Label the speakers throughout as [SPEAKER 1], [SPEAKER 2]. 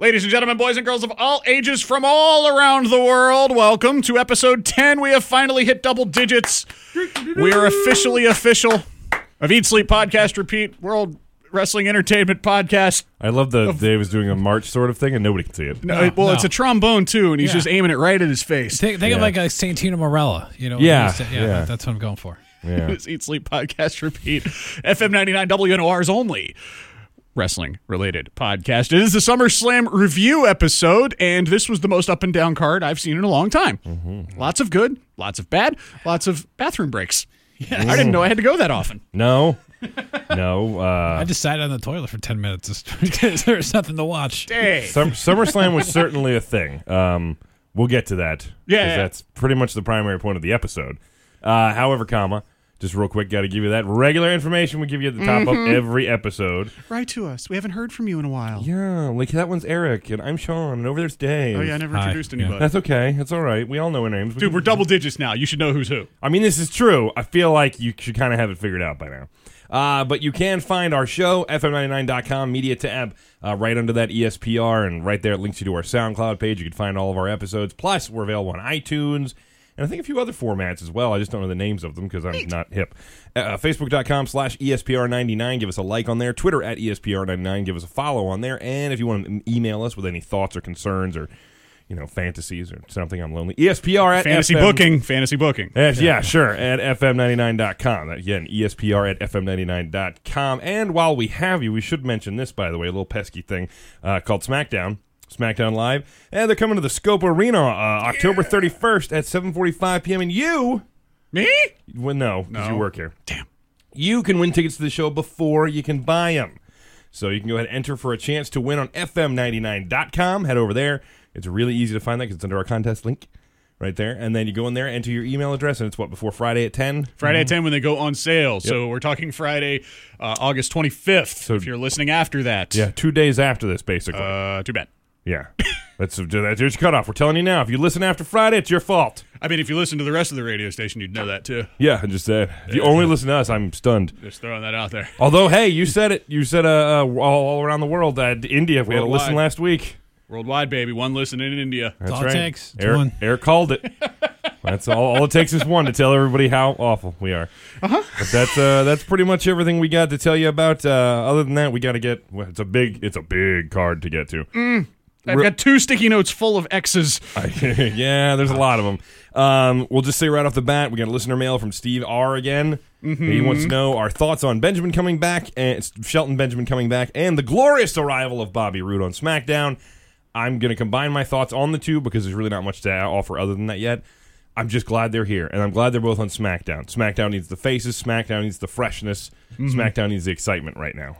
[SPEAKER 1] Ladies and gentlemen, boys and girls of all ages from all around the world, welcome to episode 10. We have finally hit double digits. We are officially official of Eat Sleep Podcast Repeat World Wrestling Entertainment Podcast.
[SPEAKER 2] I love that Dave is doing a march sort of thing and nobody can see it.
[SPEAKER 1] No, it- Uh, well, it's a trombone too, and he's just aiming it right at his face.
[SPEAKER 3] Think, think of
[SPEAKER 2] Yeah.
[SPEAKER 3] like a Santino Morella, you know. when
[SPEAKER 2] Yeah,
[SPEAKER 3] he used to- yeah,
[SPEAKER 2] yeah.
[SPEAKER 3] that- that's what I'm going for.
[SPEAKER 2] Yeah.
[SPEAKER 1] It's Eat Sleep Podcast Repeat. FM 99 WNOR's only wrestling related podcast. It is the SummerSlam review episode, and this was the most up and down card I've seen in a long time. Lots of good, lots of bad, lots of bathroom breaks. I didn't know I had to go that often.
[SPEAKER 2] No. No. Uh,
[SPEAKER 3] I just sat on the toilet for ten minutes just because there was nothing to watch.
[SPEAKER 1] Hey.
[SPEAKER 2] Sum- SummerSlam was certainly a thing. Um, we'll get to that. 'cause
[SPEAKER 1] Yeah, yeah.
[SPEAKER 2] That's pretty much the primary point of the episode. Uh, however, comma, just real quick, got to give you that regular information we give you at the top
[SPEAKER 1] Mm-hmm.
[SPEAKER 2] of every episode.
[SPEAKER 1] Write to us. We haven't heard from you in a while.
[SPEAKER 2] Yeah, like that one's Eric, and I'm Sean, and over there's Dave.
[SPEAKER 1] Oh, yeah, I never
[SPEAKER 3] Hi.
[SPEAKER 1] introduced
[SPEAKER 3] Yeah.
[SPEAKER 1] anybody.
[SPEAKER 2] That's okay. That's all right. We all know our names. We
[SPEAKER 1] Dude,
[SPEAKER 2] can-
[SPEAKER 1] we're double digits now. You should know who's who.
[SPEAKER 2] I mean, this is true. I feel like you should kind of have it figured out by now. Uh, but you can find our show, fm99.com, media tab, uh, right under that ESPR, and right there it links you to our SoundCloud page. You can find all of our episodes. Plus, we're available on iTunes and I think a few other formats as well. I just don't know the names of them because I'm not hip. Uh, Facebook.com slash E ESPR99. Give us a like on there. Twitter at E ESPR99. Give us a follow on there. And if you want to email us with any thoughts or concerns or, you know, fantasies or something, I'm lonely. E ESPR at
[SPEAKER 1] Fantasy
[SPEAKER 2] FM.
[SPEAKER 1] booking. Fantasy booking.
[SPEAKER 2] Uh, yeah, sure. At fm99.com. Again, E ESPR at fm99.com. And while we have you, we should mention this, by the way, a little pesky thing uh, called SmackDown. SmackDown Live. And they're coming to the Scope Arena uh, October 31st at 7.45 p.m. And you,
[SPEAKER 1] Me?
[SPEAKER 2] well, no, 'cause you work here.
[SPEAKER 1] Damn.
[SPEAKER 2] You can win tickets to the show before you can buy them. So you can go ahead and enter for a chance to win on fm99.com. Head over there. It's really easy to find that because it's under our contest link right there. And then you go in there, enter your email address, and it's what, before Friday at 10?
[SPEAKER 1] Friday at 10 when they go on sale. So we're talking Friday, uh, August 25th. So if you're listening after that,
[SPEAKER 2] Yeah, two days after this, basically.
[SPEAKER 1] uh, too bad.
[SPEAKER 2] yeah. That's, that's your cutoff. We're telling you now. If you listen after Friday, it's your fault.
[SPEAKER 1] I mean, if you listen to the rest of the radio station, you'd know that too.
[SPEAKER 2] Yeah, I just said. If you only listen to us, I'm stunned.
[SPEAKER 1] Just throwing that out there.
[SPEAKER 2] Although, hey, you said it. You said uh, uh, all, all around the world. Uh, India, we had a
[SPEAKER 1] Worldwide.
[SPEAKER 2] listen last week.
[SPEAKER 1] Worldwide, baby. One listen in India.
[SPEAKER 2] That's
[SPEAKER 3] all it
[SPEAKER 2] right.
[SPEAKER 3] takes. It's
[SPEAKER 2] Eric,
[SPEAKER 3] one.
[SPEAKER 2] Eric called it. That's all. All it takes is one to tell everybody how awful we are. Uh-huh. But that's uh, that's pretty much everything we got to tell you about. Uh, other than that, we got to get. Well, it's a big. It's a big card to get to.
[SPEAKER 1] I've got two sticky notes full of X's.
[SPEAKER 2] yeah, there's a lot of them. Um, we'll just say right off the bat, we got a listener mail from Steve R again. He wants to know our thoughts on Benjamin coming back and Shelton Benjamin coming back and the glorious arrival of Bobby Roode on SmackDown. I'm going to combine my thoughts on the two because there's really not much to offer other than that yet. I'm just glad they're here, and I'm glad they're both on SmackDown. SmackDown needs the faces. SmackDown needs the freshness. SmackDown needs the excitement right now.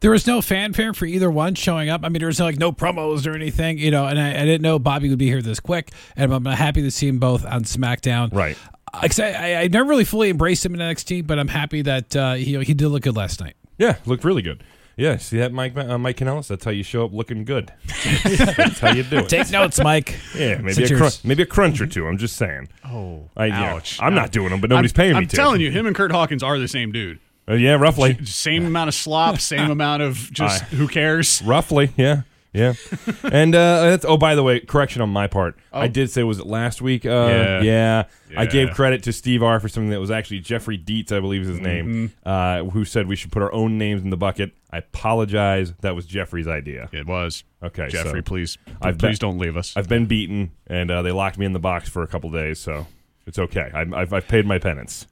[SPEAKER 3] There was no fanfare for either one showing up. I mean, there was no, like no promos or anything, you know. And I, I didn't know Bobby would be here this quick. And I'm, I'm happy to see them both on SmackDown.
[SPEAKER 2] Right.
[SPEAKER 3] Uh, 'cause I, I, I never really fully embraced him in NXT, but I'm happy that uh, he he did look good last night.
[SPEAKER 2] Yeah, looked really good. Yeah, see that, Mike uh, Mike Kanellis? That's how you show up looking good. That's how you do it.
[SPEAKER 3] Take notes, Mike.
[SPEAKER 2] Yeah, maybe
[SPEAKER 3] Six
[SPEAKER 2] a, crun-
[SPEAKER 3] years.
[SPEAKER 2] maybe a crunch or two. I'm just saying. Oh, I, yeah.
[SPEAKER 1] ouch.
[SPEAKER 2] I'm not doing them, but nobody's paying
[SPEAKER 1] I'm
[SPEAKER 2] me to.
[SPEAKER 1] telling you, him and Kurt Hawkins are the same dude.
[SPEAKER 2] Uh, yeah, roughly.
[SPEAKER 1] Same amount of slop, same amount of just
[SPEAKER 2] Aye.
[SPEAKER 1] who cares.
[SPEAKER 2] roughly, yeah. Yeah. and uh, that's, oh, by the way, correction on my part. I did say, was it last week? Uh,
[SPEAKER 1] Oh. Yeah.
[SPEAKER 2] yeah. I gave
[SPEAKER 1] Yeah.
[SPEAKER 2] credit to Steve R for something that was actually Jeffrey Dietz, I believe is his name,
[SPEAKER 1] Mm-hmm.
[SPEAKER 2] uh, who said we should put our own names in the bucket. I apologize. That was Jeffrey's idea.
[SPEAKER 1] It was.
[SPEAKER 2] Okay,
[SPEAKER 1] Jeffrey,
[SPEAKER 2] so-
[SPEAKER 1] please.
[SPEAKER 2] I've
[SPEAKER 1] please
[SPEAKER 2] been-
[SPEAKER 1] don't leave us.
[SPEAKER 2] I've been beaten, and uh, they locked me in the box for a couple days, so it's okay. I'm, I've, I've paid my penance.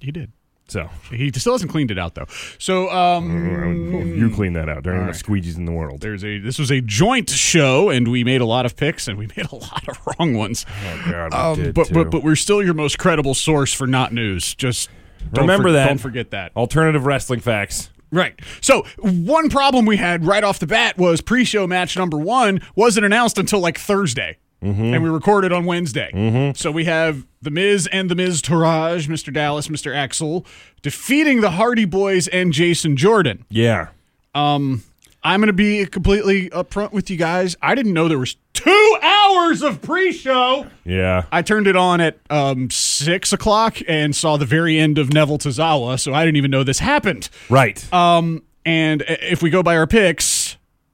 [SPEAKER 1] he did.
[SPEAKER 2] So
[SPEAKER 1] He still hasn't cleaned it out, though. So, um,
[SPEAKER 2] you clean that out. There are enough squeegees in the world.
[SPEAKER 1] there's a this was a joint show and we made a lot of picks and we made a lot of wrong ones
[SPEAKER 2] God, we
[SPEAKER 1] um,
[SPEAKER 2] did,
[SPEAKER 1] but, but
[SPEAKER 2] too.
[SPEAKER 1] but we're still your most credible source for not news just don't
[SPEAKER 2] Remember
[SPEAKER 1] for-
[SPEAKER 2] that.
[SPEAKER 1] don't forget that
[SPEAKER 2] alternative wrestling facts.
[SPEAKER 1] right so one problem we had right off the bat was pre-show match number one wasn't announced until like thursday
[SPEAKER 2] Mm-hmm.
[SPEAKER 1] and we recorded on wednesday so we have the miz and the miz Taraj, mr dallas mr axel defeating the hardy boys and jason jordan
[SPEAKER 2] Yeah,
[SPEAKER 1] um, I'm going to be completely upfront with you guys. I didn't know there was two hours of pre-show.
[SPEAKER 2] yeah.
[SPEAKER 1] I turned it on at um, six o'clock and saw the very end of Neville Tozawa, so I didn't even know this happened.
[SPEAKER 2] Right.
[SPEAKER 1] Um, and i- if we go by our picks,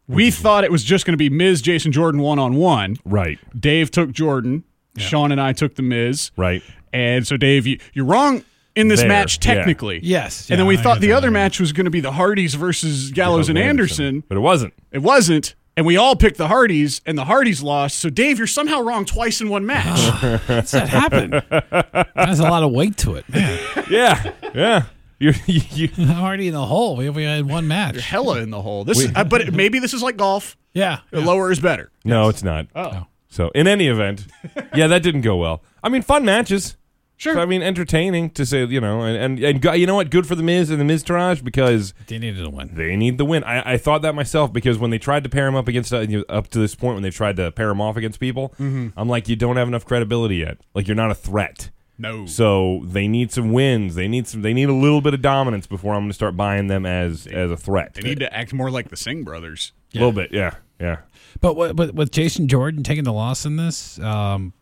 [SPEAKER 1] We thought it was just going to be Miz Jason Jordan one on one.
[SPEAKER 2] Right.
[SPEAKER 1] Dave took Jordan. Sean and I took the Miz.
[SPEAKER 2] Right.
[SPEAKER 1] And so Dave, you, you're wrong in this
[SPEAKER 2] There,
[SPEAKER 1] match
[SPEAKER 2] yeah.
[SPEAKER 1] technically.
[SPEAKER 3] Yes,
[SPEAKER 1] and then
[SPEAKER 3] yeah,
[SPEAKER 1] we
[SPEAKER 3] I
[SPEAKER 1] thought
[SPEAKER 3] get
[SPEAKER 1] the
[SPEAKER 3] that,
[SPEAKER 1] other
[SPEAKER 3] yeah.
[SPEAKER 1] match was going to be the Hardys versus Gallows and Anderson.
[SPEAKER 2] But it wasn't.
[SPEAKER 1] It wasn't. And we all picked the Hardys, and the Hardys lost. So Dave, you're somehow wrong twice in one match.
[SPEAKER 3] How's that happen? That has a lot of weight to it. Man,
[SPEAKER 2] Yeah. yeah. You're, you, you,
[SPEAKER 3] I'm already in the hole. We we had one match.
[SPEAKER 1] Hella in the hole. This, uh, but it- maybe this is like golf.
[SPEAKER 3] Yeah.
[SPEAKER 1] The Lower is better.
[SPEAKER 2] no, it's not.
[SPEAKER 1] Oh,
[SPEAKER 2] So, in any event, yeah, that didn't go well. I mean, fun matches.
[SPEAKER 1] sure.
[SPEAKER 2] So, I mean, entertaining to say, you know, and, and, and go- you know what? Good for the Miz and the Miztourage because
[SPEAKER 3] They needed to win.
[SPEAKER 2] they need the win. I, I thought that myself because when they tried to pair him up against uh, you know, up to this point when they tried to pair him off against people,
[SPEAKER 1] Mm-hmm.
[SPEAKER 2] I'm like, you don't have enough credibility yet. Like you're not a threat.
[SPEAKER 1] no.
[SPEAKER 2] So they need some wins. They need some. They need a little bit of dominance before I'm going to start buying them as as a threat.
[SPEAKER 1] They need to act more like the Singh brothers.
[SPEAKER 2] a little bit. Yeah, yeah.
[SPEAKER 3] But what, but with Jason Jordan taking the loss in this, um,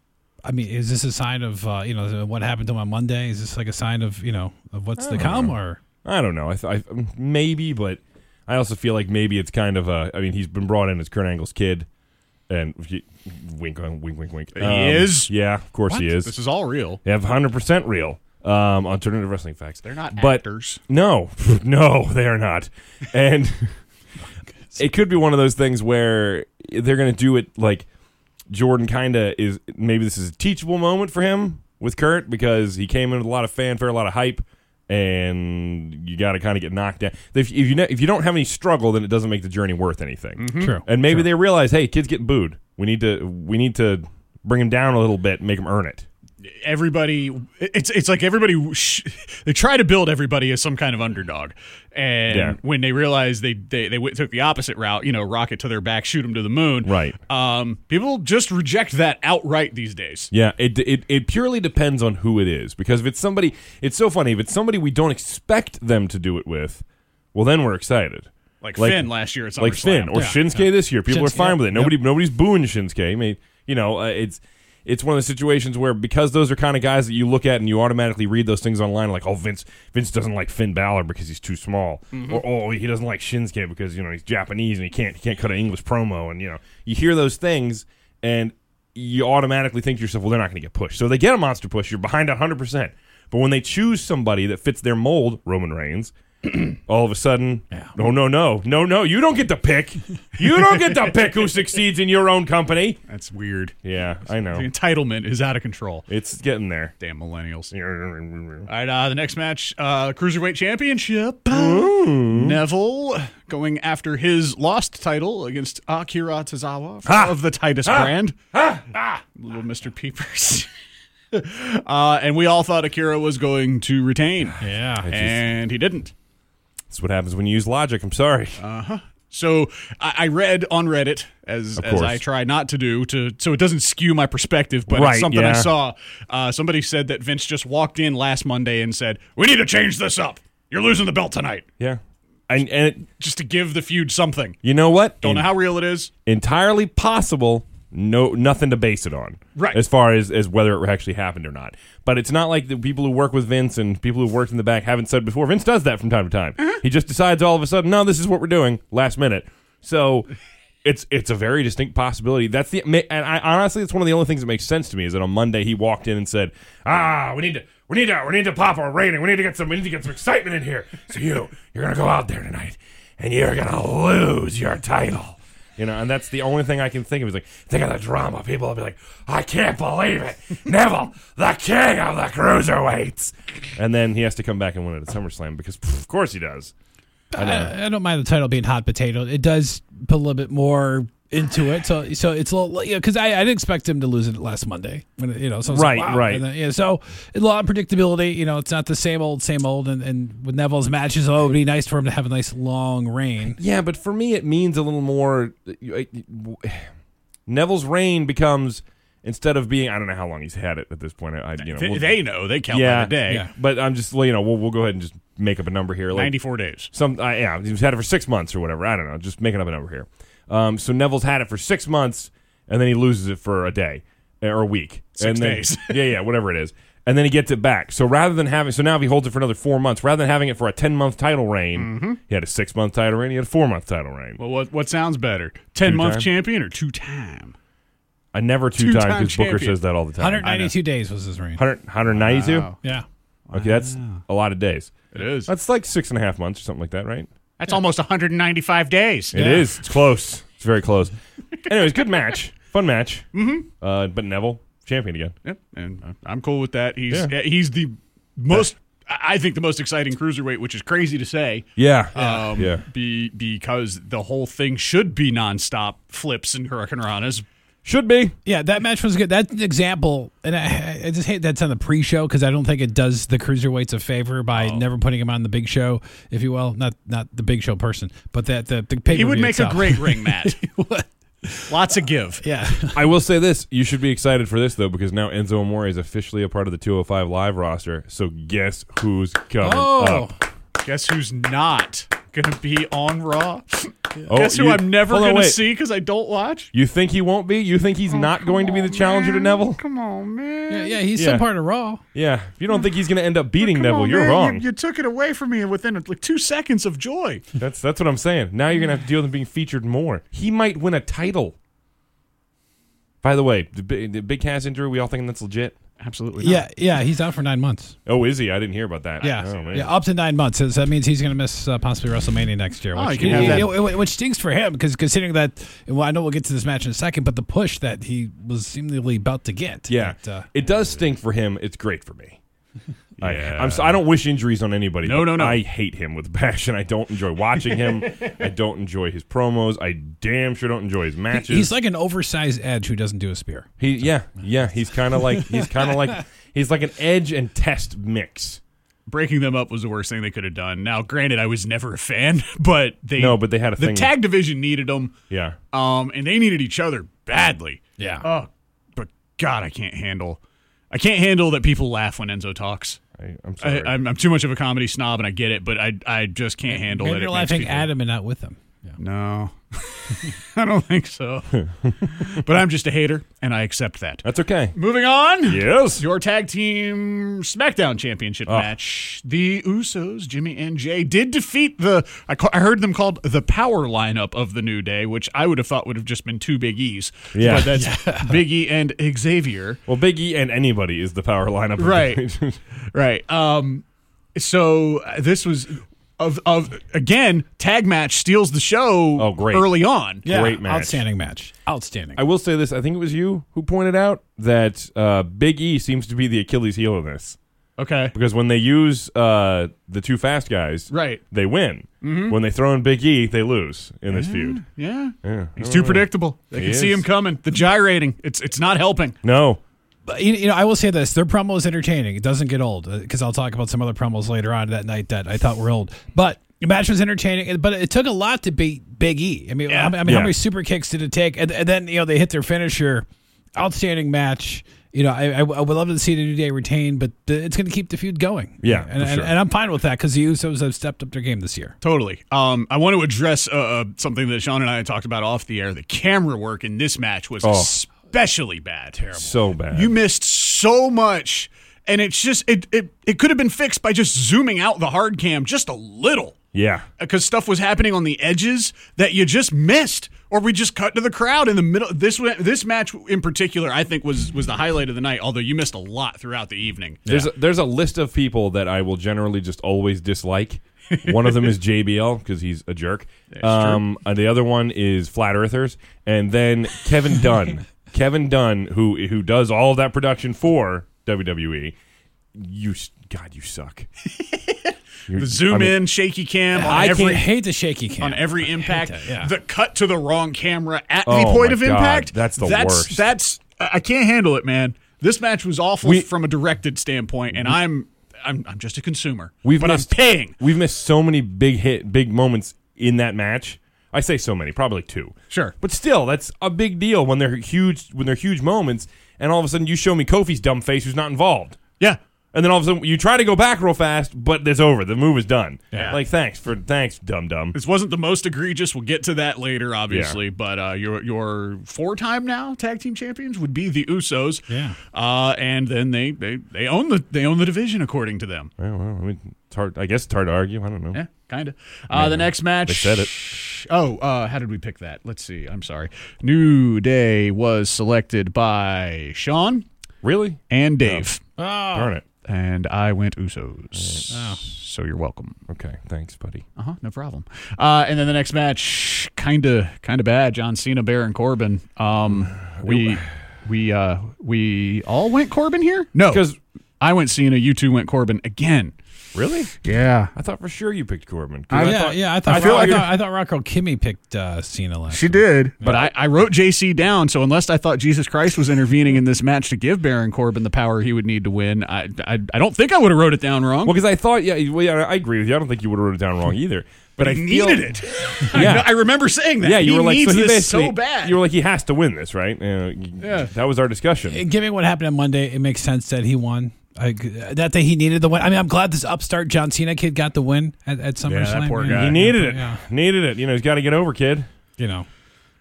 [SPEAKER 3] I mean, is this a sign of uh, you know what happened to him on Monday? Is this like a sign of you know of what's to come or?
[SPEAKER 2] I don't know. I, th- I maybe, but I also feel like maybe it's kind of a. I mean, he's been brought in as Kurt Angle's kid, and he, wink, wink, wink, wink. Um,
[SPEAKER 1] He is?
[SPEAKER 2] Yeah, of course he is.
[SPEAKER 1] This is all real.
[SPEAKER 2] They have 100% real um, alternative wrestling facts.
[SPEAKER 1] They're not
[SPEAKER 2] but,
[SPEAKER 1] actors.
[SPEAKER 2] No, no, they are not. And it could be one of those things where they're going to do it like Jordan kind of is. Maybe this is a teachable moment for him with Kurt because he came in with a lot of fanfare, a lot of hype. And you got to kind of get knocked down. If, if you know, if you don't have any struggle, then it doesn't make the journey worth anything.
[SPEAKER 3] True.
[SPEAKER 2] And maybe they realize, hey, kid's getting booed. We need to we need to bring him down a little bit, and make him earn it.
[SPEAKER 1] Everybody, it's it's like everybody. Sh- they try to build everybody as some kind of underdog, and
[SPEAKER 2] Yeah.
[SPEAKER 1] when they realize they they they went, took the opposite route, you know, rocket to their back, shoot them to the moon.
[SPEAKER 2] Right.
[SPEAKER 1] Um, people just reject that outright these days.
[SPEAKER 2] Yeah, it, it it purely depends on who it is because if it's somebody, it's so funny. If it's somebody we don't expect them to do it with, well, then we're excited.
[SPEAKER 1] Like, Finn last year at SummerSlam.
[SPEAKER 2] like Finn or
[SPEAKER 3] Yeah.
[SPEAKER 2] Shinsuke this year. People are
[SPEAKER 3] Shinsuke,
[SPEAKER 2] fine
[SPEAKER 3] yeah.
[SPEAKER 2] with it.
[SPEAKER 3] Yep.
[SPEAKER 2] Nobody nobody's booing Shinsuke. I mean, you know, uh, it's it's one of the situations where because those are kind of guys that you look at and you automatically read those things online, like oh Vince Vince doesn't like Finn Balor because he's too small,
[SPEAKER 3] Mm-hmm.
[SPEAKER 2] or oh he doesn't like Shinsuke because you know he's Japanese and he can't he can't cut an English promo, and you know you hear those things and you automatically think to yourself, well they're not going to get pushed. So they get a monster push. You're behind hundred percent. But when they choose somebody that fits their mold, Roman Reigns, all of a sudden, no, no, no, no, no, you don't get to pick. You don't get to pick who succeeds in your own company.
[SPEAKER 1] That's weird.
[SPEAKER 2] Yeah, I
[SPEAKER 1] The
[SPEAKER 2] know.
[SPEAKER 1] entitlement is out of control.
[SPEAKER 2] It's getting there.
[SPEAKER 1] Damn millennials.
[SPEAKER 2] Ooh,
[SPEAKER 1] All right, uh, the next match, uh, Cruiserweight Championship. Neville going after his lost title against Akira Tozawa of the Titus brand. Ah. Little Mr. Peepers. uh, and we all thought Akira was going to retain,
[SPEAKER 3] Yeah.
[SPEAKER 1] and he didn't.
[SPEAKER 2] That's what happens when you use logic. I'm sorry.
[SPEAKER 1] So I, I read on Reddit as
[SPEAKER 2] Of
[SPEAKER 1] as I
[SPEAKER 2] course.
[SPEAKER 1] try not to do to so it doesn't skew my perspective, but
[SPEAKER 2] Right,
[SPEAKER 1] it's something I
[SPEAKER 2] yeah.
[SPEAKER 1] saw. Uh, somebody said that Vince just walked in last Monday and said, "We need to change this up. You're losing the belt tonight,"
[SPEAKER 2] yeah. And, and it,
[SPEAKER 1] just to give the feud something.
[SPEAKER 2] you know what?
[SPEAKER 1] Don't know how real it is.
[SPEAKER 2] entirely possible. No, nothing to base it on,
[SPEAKER 1] Right.
[SPEAKER 2] As far as as whether it actually happened or not. But it's not like the people who work with Vince and people who worked in the back haven't said before. Vince does that from time to time. He just decides all of a sudden, no, this is what we're doing last minute. So. It's it's a very distinct possibility. That's the ma- and I honestly, it's one of the only things that makes sense to me is that on Monday he walked in and said, "Ah, we need to we need to we need to pop our rating. We need to get some we need to get some excitement in here. So you you're gonna go out there tonight and you're gonna lose your title." You know, and that's the only thing I can think of is like, think of the drama. People will be like, I can't believe it. Neville, the king of the cruiserweights. And then he has to come back and win it at SummerSlam because, pff, of course, he does.
[SPEAKER 3] I, I don't mind the title being hot potato. It does put a little bit more into it. So so it's a little you know, cuz I, I didn't expect him to lose it last Monday. When, you know, so I was like,
[SPEAKER 2] Right,
[SPEAKER 3] wow.
[SPEAKER 2] right.
[SPEAKER 3] And then, yeah, so a lot of predictability, you know, it's not the same old same old and, and with Neville's matches, oh, it'd be nice for him to have a nice long reign.
[SPEAKER 2] Yeah, but for me, it means a little more. Neville's reign becomes instead of being, I don't know how long he's had it at this point. I, I you know,
[SPEAKER 1] They,
[SPEAKER 2] we'll-
[SPEAKER 1] they know. They count
[SPEAKER 2] yeah,
[SPEAKER 1] by the day.
[SPEAKER 3] yeah.
[SPEAKER 2] But I'm just, well, you know, we'll, we'll go ahead and just make up a number here. Like,
[SPEAKER 1] Ninety-four days.
[SPEAKER 2] some uh, yeah he's had it for six months or whatever i don't know just making up a number here um, so neville's had it for six months and then he loses it for a day uh, or a week
[SPEAKER 1] Six
[SPEAKER 2] and then,
[SPEAKER 1] days.
[SPEAKER 2] yeah yeah whatever it is and then he gets it back. So rather than having, so now if he holds it for another four months, rather than having it for a ten month title reign,
[SPEAKER 1] Mm-hmm.
[SPEAKER 2] he had a six month title reign, he had a four month title reign.
[SPEAKER 1] Well, what what sounds better, ten month
[SPEAKER 2] Two-time?
[SPEAKER 1] champion or two time?
[SPEAKER 2] I never two
[SPEAKER 1] Two-time
[SPEAKER 2] times because Booker
[SPEAKER 1] champion.
[SPEAKER 2] says that all the time.
[SPEAKER 3] 192 days was his reign.
[SPEAKER 2] 100, 192?
[SPEAKER 3] Yeah.
[SPEAKER 2] Okay, that's a lot of days.
[SPEAKER 1] It is.
[SPEAKER 2] That's like six and a half months or something like that, right?
[SPEAKER 1] That's almost 195 days.
[SPEAKER 2] It is. It's close. It's very close. Anyways, good match. Fun match. Mm-hmm. Uh, but Neville, champion again.
[SPEAKER 1] Yep, and I- I'm cool with that. He's
[SPEAKER 2] Yeah.
[SPEAKER 1] uh, he's the most. I I think the most exciting cruiserweight, which is crazy to say,
[SPEAKER 2] Yeah.
[SPEAKER 1] um,
[SPEAKER 2] yeah.
[SPEAKER 1] be, because the whole thing should be nonstop flips and hurricanranas.
[SPEAKER 2] Should be.
[SPEAKER 3] Yeah, that match was good. That's an example, and I, I just hate that's on the pre-show because I don't think it does the cruiserweights a favor by
[SPEAKER 1] Oh.
[SPEAKER 3] never putting him on the big show, if you will. Not not the big show person, but that the, the pay
[SPEAKER 1] He would make a great ring, Matt. Lots of give.
[SPEAKER 3] yeah.
[SPEAKER 2] I will say this. You should be excited for this, though, because now Enzo Amore is officially a part of the 205 Live roster. So guess who's coming
[SPEAKER 3] Oh,
[SPEAKER 2] up?
[SPEAKER 1] Guess who's not going to be on Raw?
[SPEAKER 2] Oh,
[SPEAKER 1] Guess who
[SPEAKER 2] you-
[SPEAKER 1] I'm never
[SPEAKER 2] Hold on,
[SPEAKER 1] going to
[SPEAKER 2] wait.
[SPEAKER 1] see because I don't watch?
[SPEAKER 2] You think he won't be? You think he's not going to be the challenger to Neville?
[SPEAKER 1] Come on, man.
[SPEAKER 3] yeah, yeah, he's
[SPEAKER 2] Yeah.
[SPEAKER 3] still part of Raw.
[SPEAKER 2] Yeah. If you don't think he's going to end up beating
[SPEAKER 1] Oh,
[SPEAKER 2] Neville, you're wrong.
[SPEAKER 1] took it away from me within like two seconds of joy.
[SPEAKER 2] That's that's what I'm saying. Now you're gonna have to deal with him being featured more. He might win a title. By the way, the, bi- the big Cass injury, we all thinking that's legit.
[SPEAKER 1] Absolutely.
[SPEAKER 3] Yeah, yeah, he's out for nine months.
[SPEAKER 2] Oh, is he? I didn't hear about that.
[SPEAKER 3] Yeah,
[SPEAKER 2] Oh, man.
[SPEAKER 3] yeah, up to nine months. So that means he's going to miss uh, possibly WrestleMania next year,
[SPEAKER 1] Oh,
[SPEAKER 3] which,
[SPEAKER 1] he can have
[SPEAKER 3] it- it- which stinks for him because considering that. Well, I know we'll get to this match in a second, but the push that he was seemingly about to get.
[SPEAKER 2] Yeah.
[SPEAKER 3] But, uh,
[SPEAKER 2] it does stink for him. It's great for me. I,
[SPEAKER 1] Yeah.
[SPEAKER 2] I'm, so- I don't wish injuries on anybody.
[SPEAKER 1] No,
[SPEAKER 2] but
[SPEAKER 1] no, no.
[SPEAKER 2] I hate him with a passion. I don't enjoy watching him. I don't enjoy his promos. I damn sure don't enjoy his matches.
[SPEAKER 3] he's like an oversized Edge who doesn't do a spear.
[SPEAKER 2] He yeah yeah he's kind of like he's kind of like he's like an edge and test mix.
[SPEAKER 1] breaking them up was the worst thing they could have done. Now, granted, I was never a fan, but they
[SPEAKER 2] No, but they had a
[SPEAKER 1] the
[SPEAKER 2] thing.
[SPEAKER 1] tag division needed them,
[SPEAKER 2] yeah.
[SPEAKER 1] um, and they needed each other badly.
[SPEAKER 3] Yeah.
[SPEAKER 1] Oh, but God, I can't handle. I can't handle that people laugh when Enzo talks.
[SPEAKER 2] I, I'm sorry.
[SPEAKER 1] I, I'm, I'm too much of a comedy snob, and I get it, but I I just can't handle
[SPEAKER 3] Maybe
[SPEAKER 1] it.
[SPEAKER 3] you're
[SPEAKER 1] It makes
[SPEAKER 3] laughing
[SPEAKER 1] people-
[SPEAKER 3] at him and not with him. Yeah.
[SPEAKER 1] No, I don't think so. but I'm just a hater, and I accept that.
[SPEAKER 2] That's okay.
[SPEAKER 1] Moving on.
[SPEAKER 2] Yes.
[SPEAKER 1] Your tag team SmackDown Championship match. The Usos, Jimmy and Jay, did defeat the. I, ca- I heard them called the power lineup of the New Day, which I would have thought would have just been two Big E's.
[SPEAKER 2] Yeah.
[SPEAKER 1] But that's Big E and Xavier.
[SPEAKER 2] Well, Big E and anybody is the power lineup. of the-
[SPEAKER 1] Right. Right. Um, so uh, this was. Of, of again, tag match steals the show
[SPEAKER 2] Oh, great.
[SPEAKER 1] early on.
[SPEAKER 2] Great match.
[SPEAKER 3] Outstanding match. Outstanding.
[SPEAKER 2] I will say this. I think it was you who pointed out that uh, Big E seems to be the Achilles heel of this
[SPEAKER 1] Okay.
[SPEAKER 2] because when they use uh, the two fast guys,
[SPEAKER 1] Right. Mm-hmm.
[SPEAKER 2] they win. When they throw in Big E, they lose in
[SPEAKER 1] Ah.
[SPEAKER 2] this feud.
[SPEAKER 1] Yeah.
[SPEAKER 2] Yeah.
[SPEAKER 1] He's too predictable. They
[SPEAKER 2] He
[SPEAKER 1] can see
[SPEAKER 2] is.
[SPEAKER 1] him coming. The gyrating. It's it's not helping.
[SPEAKER 2] No.
[SPEAKER 3] But, you, you know, I will say this: their promo is entertaining. It doesn't get old because I'll talk about some other promos later on that night that I thought were old. But the match was entertaining, but it took a lot to beat Big E. I mean,
[SPEAKER 1] Yeah.
[SPEAKER 3] I mean, how
[SPEAKER 2] Yeah.
[SPEAKER 3] many super kicks did it take? And, and then you know they hit their finisher. Outstanding match. You know, I, I, I would love to see the New Day retain, but the, it's going to keep the feud going.
[SPEAKER 2] Yeah,
[SPEAKER 3] and,
[SPEAKER 2] for
[SPEAKER 3] and,
[SPEAKER 2] sure.
[SPEAKER 3] and I'm fine with that because the Usos have stepped up their game this year.
[SPEAKER 1] Totally. Um, I want to address uh, uh, something that Sean and I had talked about off the air. The camera work in this match was especially bad. Terrible.
[SPEAKER 2] So bad.
[SPEAKER 1] You missed so much, and it's just it it it could have been fixed by just zooming out the hard cam just a little.
[SPEAKER 2] yeah.
[SPEAKER 1] Because stuff was happening on the edges that you just missed, or we just cut to the crowd in the middle. This wa- this match in particular, I think was was the highlight of the night. Although you missed a lot throughout the evening.
[SPEAKER 2] There's a, there's a list of people that I will generally just always dislike. one of them is JBL because he's a jerk. Um, and the other one is flat earthers, and then Kevin Dunn. Kevin Dunn, who who does all of that production for WWE. You s- God, you suck. You're-
[SPEAKER 1] The zoom
[SPEAKER 2] I mean,
[SPEAKER 1] in, shaky cam. on
[SPEAKER 3] I
[SPEAKER 1] every,
[SPEAKER 3] can't hate the shaky cam
[SPEAKER 1] on every impact.
[SPEAKER 3] that, yeah.
[SPEAKER 1] The cut to the wrong camera at the
[SPEAKER 2] Oh,
[SPEAKER 1] point
[SPEAKER 2] my
[SPEAKER 1] of
[SPEAKER 2] God,
[SPEAKER 1] impact.
[SPEAKER 2] that's the
[SPEAKER 1] that's,
[SPEAKER 2] worst.
[SPEAKER 1] That's I I can't handle it, man. This match was awful
[SPEAKER 2] We-
[SPEAKER 1] from a directed standpoint, and I'm I'm I'm just a consumer.
[SPEAKER 2] We've
[SPEAKER 1] but
[SPEAKER 2] missed-
[SPEAKER 1] I'm paying.
[SPEAKER 2] We've missed so many big hit, big moments in that match. I say so many, probably like two.
[SPEAKER 1] Sure.
[SPEAKER 2] but still, that's a big deal when they're huge. When they're huge moments, and all of a sudden you show me Kofi's dumb face, who's not involved.
[SPEAKER 1] Yeah.
[SPEAKER 2] And then all of a sudden, you try to go back real fast, but it's over. The move is done.
[SPEAKER 1] Yeah.
[SPEAKER 2] Like thanks for thanks, dum dum.
[SPEAKER 1] This wasn't the most egregious. We'll get to that later, obviously. But uh, your your four time now tag team champions would be the Usos.
[SPEAKER 3] Yeah.
[SPEAKER 1] Uh, and then they, they they own the they own the division according to them.
[SPEAKER 2] Well, well, I mean, it's hard. I guess it's hard to argue. I don't know.
[SPEAKER 1] Yeah, kind of. Uh, the next match.
[SPEAKER 2] They said it.
[SPEAKER 1] Oh, uh, how did we pick that? Let's see. I'm sorry. New Day was selected by Sean
[SPEAKER 2] Really?
[SPEAKER 1] and Dave,
[SPEAKER 3] Oh,
[SPEAKER 2] Darn it.
[SPEAKER 1] and I went Usos. Ah. So you're welcome.
[SPEAKER 2] Okay, thanks, buddy.
[SPEAKER 1] Uh huh. No problem. Uh, and then the next match, kind of, kind of bad. John Cena, Baron Corbin. Um, we, we, uh, we all went Corbin here. No,
[SPEAKER 2] Because
[SPEAKER 1] I went Cena. You two went Corbin again.
[SPEAKER 2] really,
[SPEAKER 1] Yeah.
[SPEAKER 2] I thought for sure you picked Corbin. 'Cause
[SPEAKER 3] yeah,
[SPEAKER 2] I
[SPEAKER 3] yeah.
[SPEAKER 2] thought-
[SPEAKER 3] I thought I,
[SPEAKER 2] feel like
[SPEAKER 3] thought, I thought Rocco Kimmy picked uh, Cena last.
[SPEAKER 1] She did. But I, I wrote JC down, so unless I thought Jesus Christ was intervening in this match to give Baron Corbin the power he would need to win, I I, I don't think I would have wrote it down wrong.
[SPEAKER 2] Well, because I thought, yeah, well, yeah, I agree with you. I don't think you would have wrote it down wrong either. But I
[SPEAKER 1] he
[SPEAKER 2] feel-
[SPEAKER 1] needed it. I,
[SPEAKER 2] Yeah.
[SPEAKER 1] know- I remember saying that.
[SPEAKER 2] Yeah, you
[SPEAKER 1] he
[SPEAKER 2] were like,
[SPEAKER 1] needs
[SPEAKER 2] so he
[SPEAKER 1] this so
[SPEAKER 2] basically-
[SPEAKER 1] bad.
[SPEAKER 2] You were like, he has to win this, right? Uh, yeah, that was our discussion.
[SPEAKER 3] Given what happened on Monday, it makes sense that he won. I, that day he needed the win. I mean, I'm glad this upstart John Cena kid got the win at, at SummerSlam.
[SPEAKER 1] that poor guy.
[SPEAKER 2] He needed it.
[SPEAKER 3] Yeah.
[SPEAKER 2] Needed it. You know, he's got to get over, kid.
[SPEAKER 3] You know,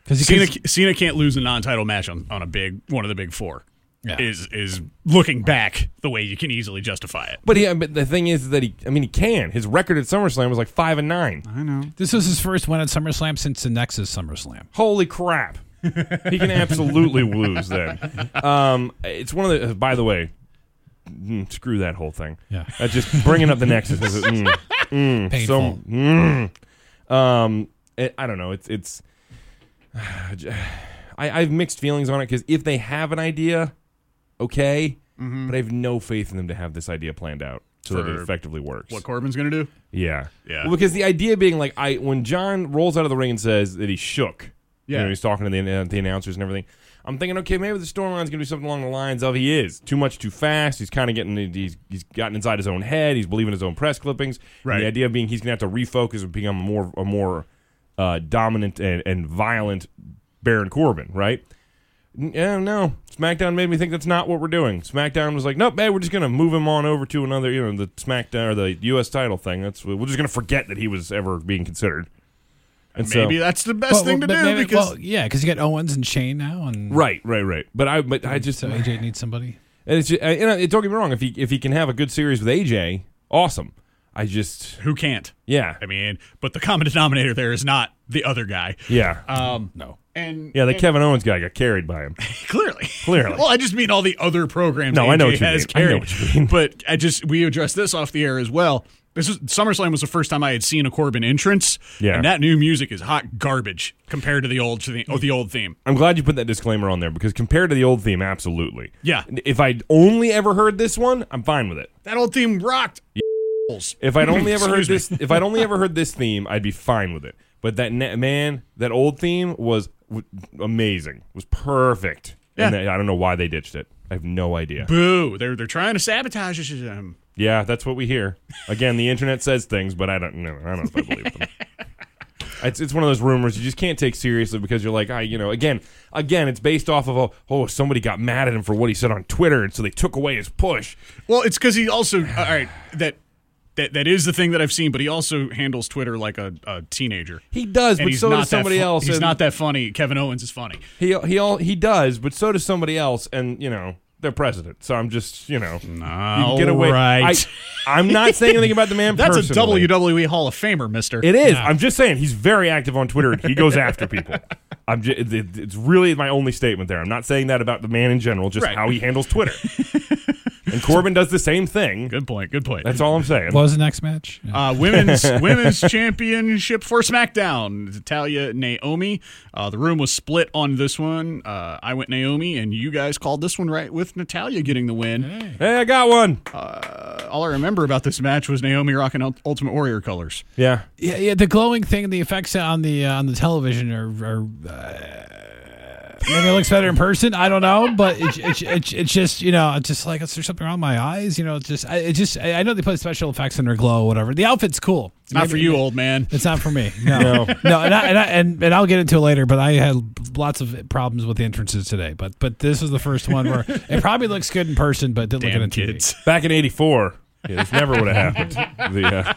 [SPEAKER 3] because he
[SPEAKER 1] Cena,
[SPEAKER 3] could-
[SPEAKER 1] Cena can't lose a non-title match on, on a big one of the big four.
[SPEAKER 3] Yeah.
[SPEAKER 1] Is is looking back the way you can easily justify it.
[SPEAKER 2] But yeah, but the thing is that he, I mean, he can. His record at SummerSlam was like five and nine.
[SPEAKER 3] this was his first win at SummerSlam since the Nexus SummerSlam.
[SPEAKER 2] Holy crap! he can absolutely lose then. Um, it's one of the. By the way, mm, screw that whole thing.
[SPEAKER 1] Hmm.
[SPEAKER 3] Yeah.
[SPEAKER 2] Uh, just bringing up the Nexus is mm,
[SPEAKER 3] Painful.
[SPEAKER 2] so. mm. um, it, I don't know. It's it's. I, I have mixed feelings on it because if they have an idea, okay, but I have no faith in them to have this idea planned out so that it
[SPEAKER 1] Mm-hmm. For
[SPEAKER 2] effectively works.
[SPEAKER 1] What Corbin's going to do?
[SPEAKER 2] Yeah.
[SPEAKER 1] Yeah.
[SPEAKER 2] Well, because the idea being like I when John rolls out of the ring and says that he shook. You
[SPEAKER 1] Yeah.
[SPEAKER 2] know, he's talking to the uh, the announcers and everything. I'm thinking, okay, maybe the storyline's gonna do something along the lines of he is too much, too fast. He's kind of getting he's he's gotten inside his own head. He's believing his own press clippings. And
[SPEAKER 1] Right.
[SPEAKER 2] the idea being he's gonna have to refocus and become a more a more uh, dominant and, and violent Baron Corbin, right? N- Yeah, no. SmackDown made me think that's not what we're doing. SmackDown was like, nope, hey, we're just gonna move him on over to another, you know, the SmackDown or the U.S. title thing. That's we're just gonna forget that he was ever being considered. And
[SPEAKER 1] Maybe
[SPEAKER 2] so,
[SPEAKER 1] that's the best
[SPEAKER 3] Well,
[SPEAKER 1] thing to
[SPEAKER 3] but
[SPEAKER 1] do
[SPEAKER 3] maybe-
[SPEAKER 1] because
[SPEAKER 3] well, yeah, because you got Owens and Shane now, and
[SPEAKER 2] right, right, right. But I, but I just,
[SPEAKER 3] so AJ needs somebody.
[SPEAKER 2] and it's, just, and I- don't get me wrong. If he if he can have a good series with AJ, awesome. I just,
[SPEAKER 1] who can't?
[SPEAKER 2] yeah,
[SPEAKER 1] I mean, but the common denominator there is not the other guy.
[SPEAKER 2] yeah,
[SPEAKER 1] Um,
[SPEAKER 3] No,
[SPEAKER 1] and
[SPEAKER 2] yeah. The
[SPEAKER 1] and
[SPEAKER 2] Kevin Owens guy got carried by him.
[SPEAKER 1] clearly,
[SPEAKER 2] Clearly.
[SPEAKER 1] well, I just mean all the other programs.
[SPEAKER 2] No, I know
[SPEAKER 1] AJ
[SPEAKER 2] what you
[SPEAKER 1] has
[SPEAKER 2] mean. I know
[SPEAKER 1] carried.
[SPEAKER 2] what you mean.
[SPEAKER 1] But I just we addressed this off the air as well. This is SummerSlam was the first time I had seen a Corbin entrance.
[SPEAKER 2] Yeah.
[SPEAKER 1] and that new music is hot garbage compared to the old to the, oh, the old theme.
[SPEAKER 2] I'm glad you put that disclaimer on there because compared to the old theme, absolutely.
[SPEAKER 1] Yeah.
[SPEAKER 2] If I'd only ever heard this one, I'm fine with it.
[SPEAKER 1] That old theme rocked.
[SPEAKER 2] If I'd only ever heard
[SPEAKER 1] Excuse
[SPEAKER 2] this, if I'd only ever heard this theme, I'd be fine with it. But that ne- man, that old theme was w- amazing. It was perfect. And
[SPEAKER 1] Yeah.
[SPEAKER 2] they- I don't know why they ditched it. I have no idea.
[SPEAKER 1] Boo! They're they're trying to sabotage him.
[SPEAKER 2] Yeah, that's what we hear. Again, the internet says things, but I don't know. I don't know if I believe them. It's, it's one of those rumors you just can't take seriously because you're like, I, you know, again, again, it's based off of, oh, oh, somebody got mad at him for what he said on Twitter, and so they took away his push.
[SPEAKER 1] Well, it's because he also all right that. That, that is the thing that I've seen, but he also handles Twitter like a, a teenager.
[SPEAKER 2] He does,
[SPEAKER 1] And
[SPEAKER 2] but
[SPEAKER 1] he's
[SPEAKER 2] so
[SPEAKER 1] not
[SPEAKER 2] does
[SPEAKER 1] that
[SPEAKER 2] somebody
[SPEAKER 1] fu-
[SPEAKER 2] else.
[SPEAKER 1] He's
[SPEAKER 2] and
[SPEAKER 1] not that funny. Kevin Owens is funny.
[SPEAKER 2] He he all he does, but so does somebody else, and you know they're president. So I'm just you know you can get away.
[SPEAKER 1] Alright.
[SPEAKER 2] I, I'm not saying anything about the man.
[SPEAKER 1] That's
[SPEAKER 2] personally.
[SPEAKER 1] a WWE Hall of Famer, Mister.
[SPEAKER 2] It is. I'm just saying he's very active on Twitter. and He goes after people. I'm just, it's really my only statement there. I'm not saying that about the man in general, just
[SPEAKER 1] Right.
[SPEAKER 2] how he handles Twitter. and Corbin does the same thing.
[SPEAKER 1] Good point. Good point.
[SPEAKER 2] That's all I'm saying.
[SPEAKER 3] what was the next match? Yeah.
[SPEAKER 1] Uh, women's women's championship for SmackDown. Natalia Naomi. Uh, the room was split on this one. Uh, I went Naomi, and you guys called this one right with Natalia getting the win.
[SPEAKER 2] hey, I got one.
[SPEAKER 1] All I remember about this match was Naomi rocking Ult- Ultimate Warrior colors.
[SPEAKER 2] yeah.
[SPEAKER 3] yeah, yeah, the glowing thing, the effects on the uh, on the television are, are uh, Maybe it looks better in person. I don't know, but it's it's it's, it's just you know, it's just like is there something wrong with my eyes? You know, it's just I it just I, I know they put special effects in their glow, or whatever. The outfit's cool.
[SPEAKER 1] Not
[SPEAKER 3] Maybe-
[SPEAKER 1] for you, old man.
[SPEAKER 3] It's not for me. No, no, and, I, and, I, and and I'll get into it later. But I had lots of problems with the entrances today. But but this is the first one where it probably looks good in person, but didn't look
[SPEAKER 1] Damn
[SPEAKER 3] at it.
[SPEAKER 1] kids.
[SPEAKER 2] Back in '84, yeah, this never would have happened. The, uh,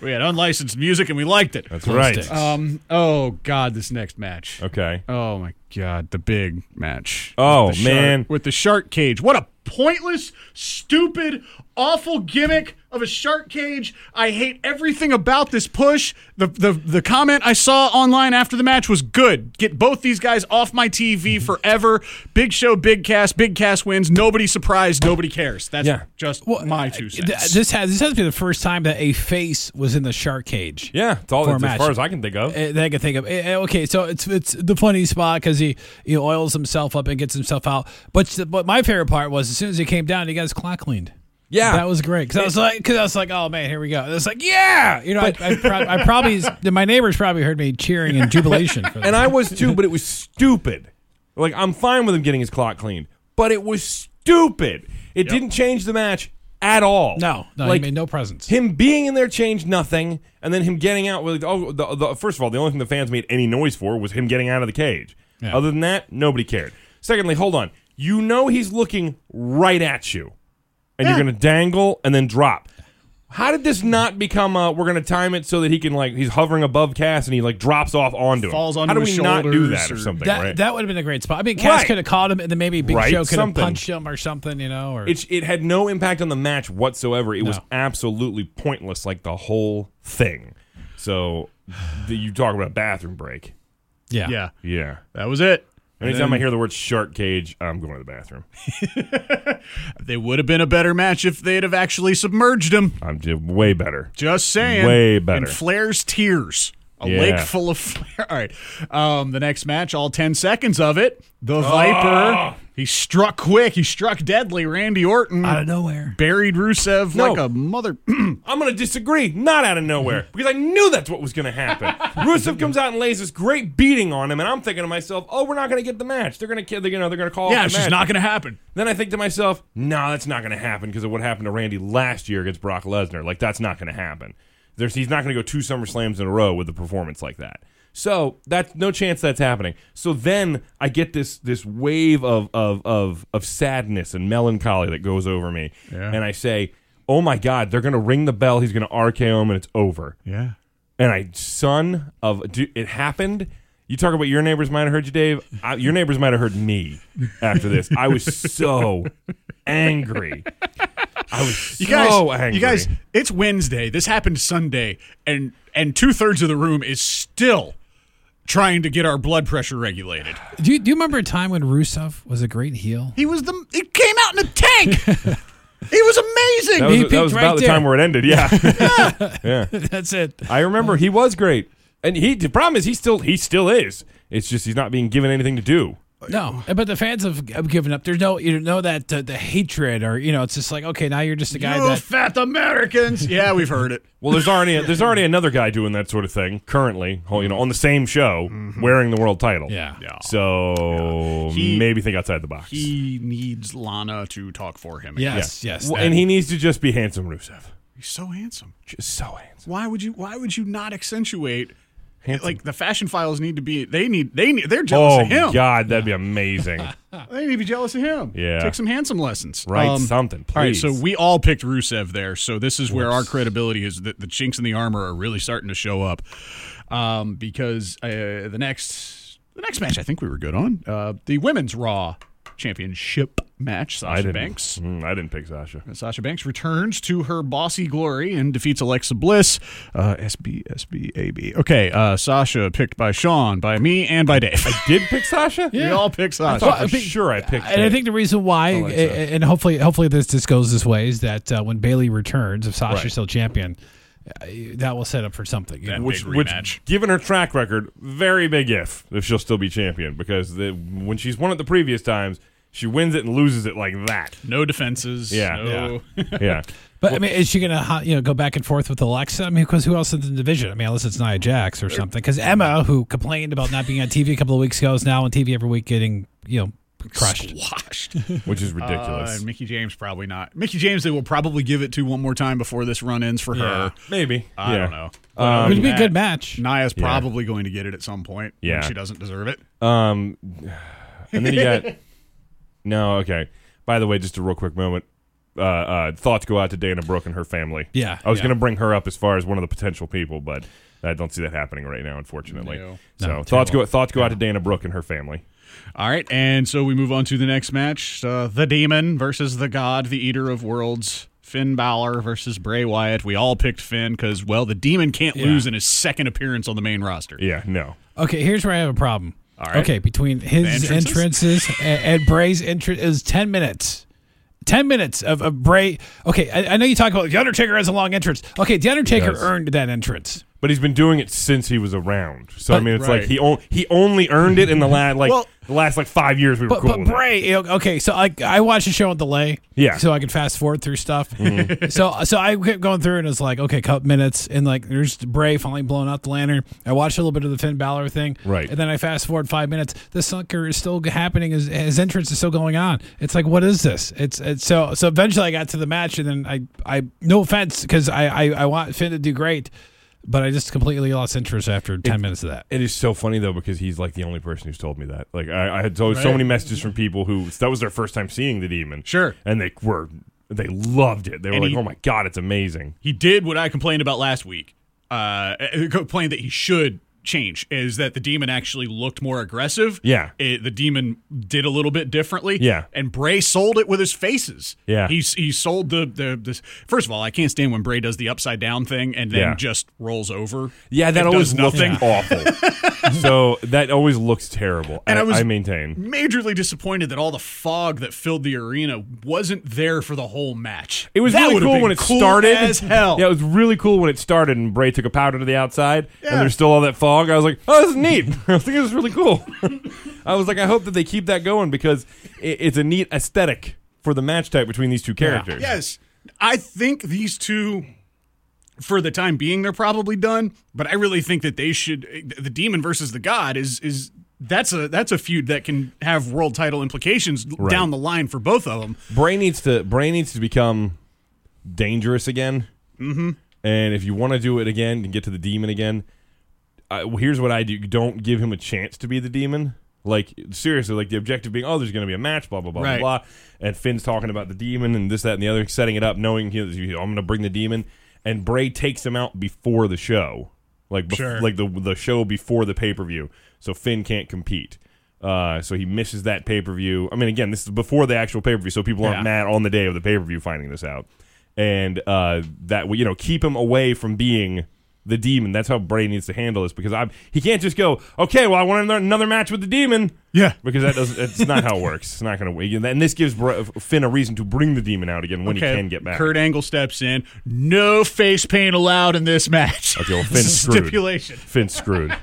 [SPEAKER 1] We had unlicensed music and we liked it.
[SPEAKER 2] that's right.
[SPEAKER 3] sticks.
[SPEAKER 1] Um. Oh God, this next match.
[SPEAKER 2] Okay.
[SPEAKER 1] Oh my God, the big match.
[SPEAKER 2] Oh,
[SPEAKER 1] With the
[SPEAKER 2] man.
[SPEAKER 1] shark, with the shark cage. What a pointless, stupid, awful gimmick of a shark cage. I hate everything about this push. The the the comment I saw online after the match was good. Get both these guys off my TV
[SPEAKER 2] Mm-hmm.
[SPEAKER 1] forever. Big show, big cast, big cast wins. Nobody surprised, nobody cares. That's
[SPEAKER 2] Yeah.
[SPEAKER 1] just
[SPEAKER 3] Well,
[SPEAKER 1] my two
[SPEAKER 3] Th-
[SPEAKER 1] cents.
[SPEAKER 3] This has this has to be the first time that a face was in the shark cage.
[SPEAKER 2] Yeah, it's all
[SPEAKER 3] For a
[SPEAKER 2] it's as
[SPEAKER 3] match.
[SPEAKER 2] far as I can think of.
[SPEAKER 3] Uh, that I can think of. Uh, uh, Okay, so it's it's the funny spot because he he oils himself up and gets himself out. But s- but my favorite part was as soon as he came down, he got his clock cleaned.
[SPEAKER 2] Yeah.
[SPEAKER 3] that was great because I was like, because I was like, oh man, here we go. And it's like, yeah, you know, I, I, prob- I probably my neighbors probably heard me cheering in jubilation. For
[SPEAKER 2] And
[SPEAKER 3] that.
[SPEAKER 2] I was too, but it was stupid. Like I'm fine with him getting his clock cleaned, but it was stupid. It didn't change the match at all.
[SPEAKER 3] no, no,
[SPEAKER 2] like
[SPEAKER 3] he made no presents.
[SPEAKER 2] him being in there changed nothing, and then him getting out with oh, the, the, first of all, the only thing the fans made any noise for was him getting out of the cage.
[SPEAKER 3] Yeah.
[SPEAKER 2] Other than that, nobody cared. Secondly, hold on, you know he's looking right at you, and you're going to dangle and then drop. How did this not become a we're going to time it so that he can like he's hovering above Cass and he like drops off onto him?
[SPEAKER 1] Falls onto
[SPEAKER 2] How do
[SPEAKER 1] his
[SPEAKER 2] we not do that
[SPEAKER 1] shoulders
[SPEAKER 2] or
[SPEAKER 1] or-
[SPEAKER 2] something?
[SPEAKER 3] That,
[SPEAKER 2] right?
[SPEAKER 3] that would have been a great spot. I mean, Cass
[SPEAKER 2] Right.
[SPEAKER 3] could have caught him, and then maybe Big
[SPEAKER 2] Right,
[SPEAKER 3] Show could
[SPEAKER 2] something.
[SPEAKER 3] have punched him or something, you know. Or
[SPEAKER 2] It's, it had no impact on the match whatsoever. It was
[SPEAKER 3] No.
[SPEAKER 2] absolutely pointless, like the whole thing. So the, you talk about a bathroom break.
[SPEAKER 1] yeah,
[SPEAKER 2] Yeah.
[SPEAKER 1] that was it.
[SPEAKER 2] Anytime I hear the word shark cage, I'm going to the bathroom.
[SPEAKER 1] They would have been a better match if they'd have actually submerged him.
[SPEAKER 2] I'm just way better.
[SPEAKER 1] Just saying.
[SPEAKER 2] Way better.
[SPEAKER 1] And Flair's tears. A
[SPEAKER 2] Yeah.
[SPEAKER 1] lake full of Flair. All right. Um, the next match, all 10 seconds of it. The
[SPEAKER 3] Ah.
[SPEAKER 1] Viper. He struck quick. He struck deadly. Randy Orton.
[SPEAKER 3] out of nowhere.
[SPEAKER 1] Buried Rusev
[SPEAKER 2] No.
[SPEAKER 1] like a mother.
[SPEAKER 2] I'm going to disagree, not out of nowhere, because I knew that's what was going to happen. Rusev comes out and lays this great beating on him, and I'm thinking to myself, "Oh, we're not going to get the match. They're going to, you know, they're going to call.
[SPEAKER 1] yeah,
[SPEAKER 2] off
[SPEAKER 1] it's
[SPEAKER 2] the
[SPEAKER 1] just
[SPEAKER 2] match.
[SPEAKER 1] not going to happen.
[SPEAKER 2] Then I think to myself, no, that's not going to happen because of what happened to Randy last year against Brock Lesnar. Like, that's not going to happen. There's, he's not going to go two SummerSlams in a row with a performance like that. So that's no chance that's happening. So then I get this this wave of of of, of sadness and melancholy that goes over me, and I say, "Oh my God, they're going to ring the bell. He's going to RKO him, and it's over."
[SPEAKER 1] Yeah.
[SPEAKER 2] And I, son of, dude, it happened. You talk about your neighbors might have heard you, Dave. I, your neighbors might have heard me after this. I was so angry. I was
[SPEAKER 1] You guys,
[SPEAKER 2] so angry.
[SPEAKER 1] you guys, it's Wednesday. This happened Sunday, and and two thirds of the room is still trying to get our blood pressure regulated.
[SPEAKER 3] Do you, do you remember a time when Rusev was a great heel?
[SPEAKER 1] He was the. He came out in a tank. he was amazing.
[SPEAKER 2] That was,
[SPEAKER 3] he
[SPEAKER 2] that
[SPEAKER 3] peaked
[SPEAKER 2] was
[SPEAKER 3] right
[SPEAKER 2] about the
[SPEAKER 3] there.
[SPEAKER 2] time where it ended. Yeah,
[SPEAKER 3] That's it.
[SPEAKER 2] I remember he was great, and he. The problem is he still he still is. It's just he's not being given anything to do.
[SPEAKER 3] No, but the fans have, have given up. There's no, you know, that uh, the hatred, or you know, it's just like, okay, now you're just a guy
[SPEAKER 1] you
[SPEAKER 3] that.
[SPEAKER 1] fat Americans. yeah, we've heard it.
[SPEAKER 2] Well, there's already there's already another guy doing that sort of thing currently. You know, on the same show, wearing the world title.
[SPEAKER 3] Yeah.
[SPEAKER 1] Mm-hmm. Yeah.
[SPEAKER 2] So
[SPEAKER 1] He-
[SPEAKER 2] maybe think outside the box.
[SPEAKER 1] He needs Lana to talk for him. again.
[SPEAKER 3] Yes, yes,
[SPEAKER 2] Well,
[SPEAKER 3] that-
[SPEAKER 2] and he needs to just be handsome, Rusev.
[SPEAKER 1] he's so handsome.
[SPEAKER 2] Just so handsome.
[SPEAKER 1] Why would you? Why would you not accentuate?
[SPEAKER 2] Handsome.
[SPEAKER 1] Like the fashion files need to be. They need. They need. They're jealous
[SPEAKER 2] Oh
[SPEAKER 1] of him.
[SPEAKER 2] God, that'd be amazing.
[SPEAKER 1] They need to be jealous of him.
[SPEAKER 2] Yeah.
[SPEAKER 1] Take some handsome lessons.
[SPEAKER 2] Write something,
[SPEAKER 1] Um, All right.
[SPEAKER 2] please.
[SPEAKER 1] So we all picked Rusev there. So this is where our credibility is. The, the chinks in the armor are really starting to show up. Um, because uh, the next the next match, I think we were good on uh, the women's Raw championship match.
[SPEAKER 2] I
[SPEAKER 1] Sasha
[SPEAKER 2] didn't.
[SPEAKER 1] Banks.
[SPEAKER 2] Mm, I didn't pick Sasha.
[SPEAKER 1] Sasha Banks returns to her bossy glory and defeats Alexa Bliss. Uh, SB, SB, AB. Okay, uh, Sasha picked by Sean, by me, and by Dave.
[SPEAKER 2] Did pick Sasha?
[SPEAKER 1] We all picked Sasha.
[SPEAKER 2] thought for sure I picked.
[SPEAKER 3] And I
[SPEAKER 2] it.
[SPEAKER 3] think the reason why,
[SPEAKER 2] Alexa.
[SPEAKER 3] and hopefully, hopefully this just goes this way, is that uh, when Bailey returns, if Sasha's still champion, uh, that will set up for something. you know?
[SPEAKER 1] That-
[SPEAKER 2] which,
[SPEAKER 1] Big
[SPEAKER 2] which,
[SPEAKER 1] rematch.
[SPEAKER 2] given her track record, very big if if she'll still be champion because the, when she's won it the previous times, she wins it and loses it like that.
[SPEAKER 1] No defenses.
[SPEAKER 2] Yeah.
[SPEAKER 1] no-
[SPEAKER 2] Yeah.
[SPEAKER 3] But I mean, is she gonna ha- you know go back and forth with Alexa? I mean, because who else in the division? I mean, unless it's Nia Jax or something. Because Emma, who complained about not being on TV a couple of weeks ago, is now on TV every week getting you know crushed.
[SPEAKER 1] Squashed.
[SPEAKER 2] which is
[SPEAKER 1] Uh,
[SPEAKER 2] ridiculous.
[SPEAKER 1] and Mickey James probably not. Mickey James, they will probably give it to one more time before this run ends for her.
[SPEAKER 2] Maybe.
[SPEAKER 1] Uh, I
[SPEAKER 2] yeah.
[SPEAKER 1] don't know.
[SPEAKER 3] it would be
[SPEAKER 2] Um,
[SPEAKER 3] a good match.
[SPEAKER 1] Naya's probably going to get it at some point. when
[SPEAKER 2] Yeah.
[SPEAKER 1] she doesn't deserve it.
[SPEAKER 2] Um, and then you got no. Okay. By the way, just a real quick moment. Uh, uh, thoughts go out to Dana Brooke and her family.
[SPEAKER 3] Yeah,
[SPEAKER 2] I was
[SPEAKER 3] yeah.
[SPEAKER 2] going to bring her up as far as one of the potential people, but I don't see that happening right now, unfortunately.
[SPEAKER 1] No.
[SPEAKER 2] So
[SPEAKER 3] No,
[SPEAKER 2] thoughts go
[SPEAKER 3] terrible.
[SPEAKER 2] thoughts go out to Dana Brooke and her family.
[SPEAKER 1] All right, and so we move on to the next match: uh, the Demon versus the God, the Eater of Worlds. Finn Balor versus Bray Wyatt. We all picked Finn because, well, the Demon can't lose in his second appearance on the main roster.
[SPEAKER 2] Yeah. No.
[SPEAKER 3] Okay, here's where I have a problem.
[SPEAKER 1] All right.
[SPEAKER 3] Okay, between his
[SPEAKER 1] entrances?
[SPEAKER 3] entrances, and, and Bray's entrance is ten minutes. Ten minutes of, of Bray. Okay, I, I know you talk about the Undertaker has a long entrance. Okay, the Undertaker
[SPEAKER 2] does.
[SPEAKER 3] earned that entrance.
[SPEAKER 2] But he's been doing it since he was around. So I
[SPEAKER 3] But-
[SPEAKER 2] mean, it's
[SPEAKER 1] Right.
[SPEAKER 2] like he on, he only earned it in the last like
[SPEAKER 1] Well-
[SPEAKER 2] the last like five years we were
[SPEAKER 3] But,
[SPEAKER 2] cool.
[SPEAKER 3] but
[SPEAKER 2] with it.
[SPEAKER 3] Bray, you know, okay, so I I watched the show on delay,
[SPEAKER 2] Yeah. Mm-hmm.
[SPEAKER 3] so I could fast forward through stuff. so so I kept going through and it's like okay, couple minutes, and like there's Bray finally blowing out the lantern. I watched a little bit of the Finn Balor thing,
[SPEAKER 2] Right.
[SPEAKER 3] and then I fast forward five minutes. The sucker is still happening. His, his entrance is still going on. It's like what is this? It's, it's so so. Eventually, I got to the match, and then I I no offense because I, I I want Finn to do great, but I just completely lost interest after ten minutes of that.
[SPEAKER 2] It is so funny though because he's like the only person who's told me that. Like I, I had so, so
[SPEAKER 3] Right.
[SPEAKER 2] many messages from people who that was their first time seeing the demon.
[SPEAKER 1] Sure.
[SPEAKER 2] and they were they loved it. They were
[SPEAKER 1] And
[SPEAKER 2] like,
[SPEAKER 1] he-
[SPEAKER 2] "Oh my god, it's amazing!"
[SPEAKER 1] He did what I complained about last week. Uh, I complained that he should change is that the demon actually looked more aggressive.
[SPEAKER 2] Yeah.
[SPEAKER 1] It- the demon did a little bit differently.
[SPEAKER 2] Yeah.
[SPEAKER 1] and Bray sold it with his faces.
[SPEAKER 2] Yeah.
[SPEAKER 1] he he sold the the this. First of all, I can't stand when Bray does the upside down thing and then
[SPEAKER 2] Yeah.
[SPEAKER 1] just rolls over.
[SPEAKER 2] Yeah, that
[SPEAKER 1] and
[SPEAKER 2] always
[SPEAKER 1] does
[SPEAKER 2] looked
[SPEAKER 1] nothing.
[SPEAKER 2] awful. so that always looks terrible.
[SPEAKER 1] And
[SPEAKER 2] I,
[SPEAKER 1] I was-
[SPEAKER 2] I maintain.
[SPEAKER 1] Majorly disappointed that all the fog that filled the arena wasn't there for the whole match.
[SPEAKER 2] It was
[SPEAKER 1] That
[SPEAKER 2] really
[SPEAKER 1] would've
[SPEAKER 2] cool
[SPEAKER 1] been
[SPEAKER 2] when it started.
[SPEAKER 1] as hell.
[SPEAKER 2] Yeah, it was really cool when it started, and Bray took a powder to the outside,
[SPEAKER 1] Yeah.
[SPEAKER 2] and there's still all that fog. I was like, "Oh, this is neat." I think it was really cool. I was like, "I hope that they keep that going because it, it's a neat aesthetic for the match type between these two characters."
[SPEAKER 1] Yes. I think these two, for the time being, they're probably done. But I really think that they should. The demon versus the god is is that's a that's a feud that can have world title implications down the line for both of them.
[SPEAKER 2] Bray needs to Bray needs to become dangerous again. Mm-hmm. And if you want to do it again and get to the demon again, I, well, here's what I do: don't give him a chance to be the demon. Like seriously, like the objective being, oh, there's going to be a match, blah blah blah
[SPEAKER 1] Right.
[SPEAKER 2] blah blah, and Finn's talking about the demon and this that and the other, setting it up, knowing he, I'm going to bring the demon, and Bray takes him out before the show, like bef-
[SPEAKER 1] Sure.
[SPEAKER 2] like the the show before the pay per view, so Finn can't compete. Uh, so he misses that pay per view. I mean, again, this is before the actual pay per view, so people aren't
[SPEAKER 1] Yeah.
[SPEAKER 2] mad on the day of the pay per view finding this out, and uh, that will, you know keep him away from being the demon. That's how Bray needs to handle this because I'm he can't just go okay. Well, I want another, another match with the demon.
[SPEAKER 1] Yeah.
[SPEAKER 2] because that doesn't. It's not how it works. It's not going to. And this gives Br- Finn a reason to bring the demon out again when he can get back.
[SPEAKER 1] Kurt Angle steps in. No face paint allowed in this match.
[SPEAKER 2] Okay, well, Finn's screwed.
[SPEAKER 1] Stipulation.
[SPEAKER 2] Finn's screwed.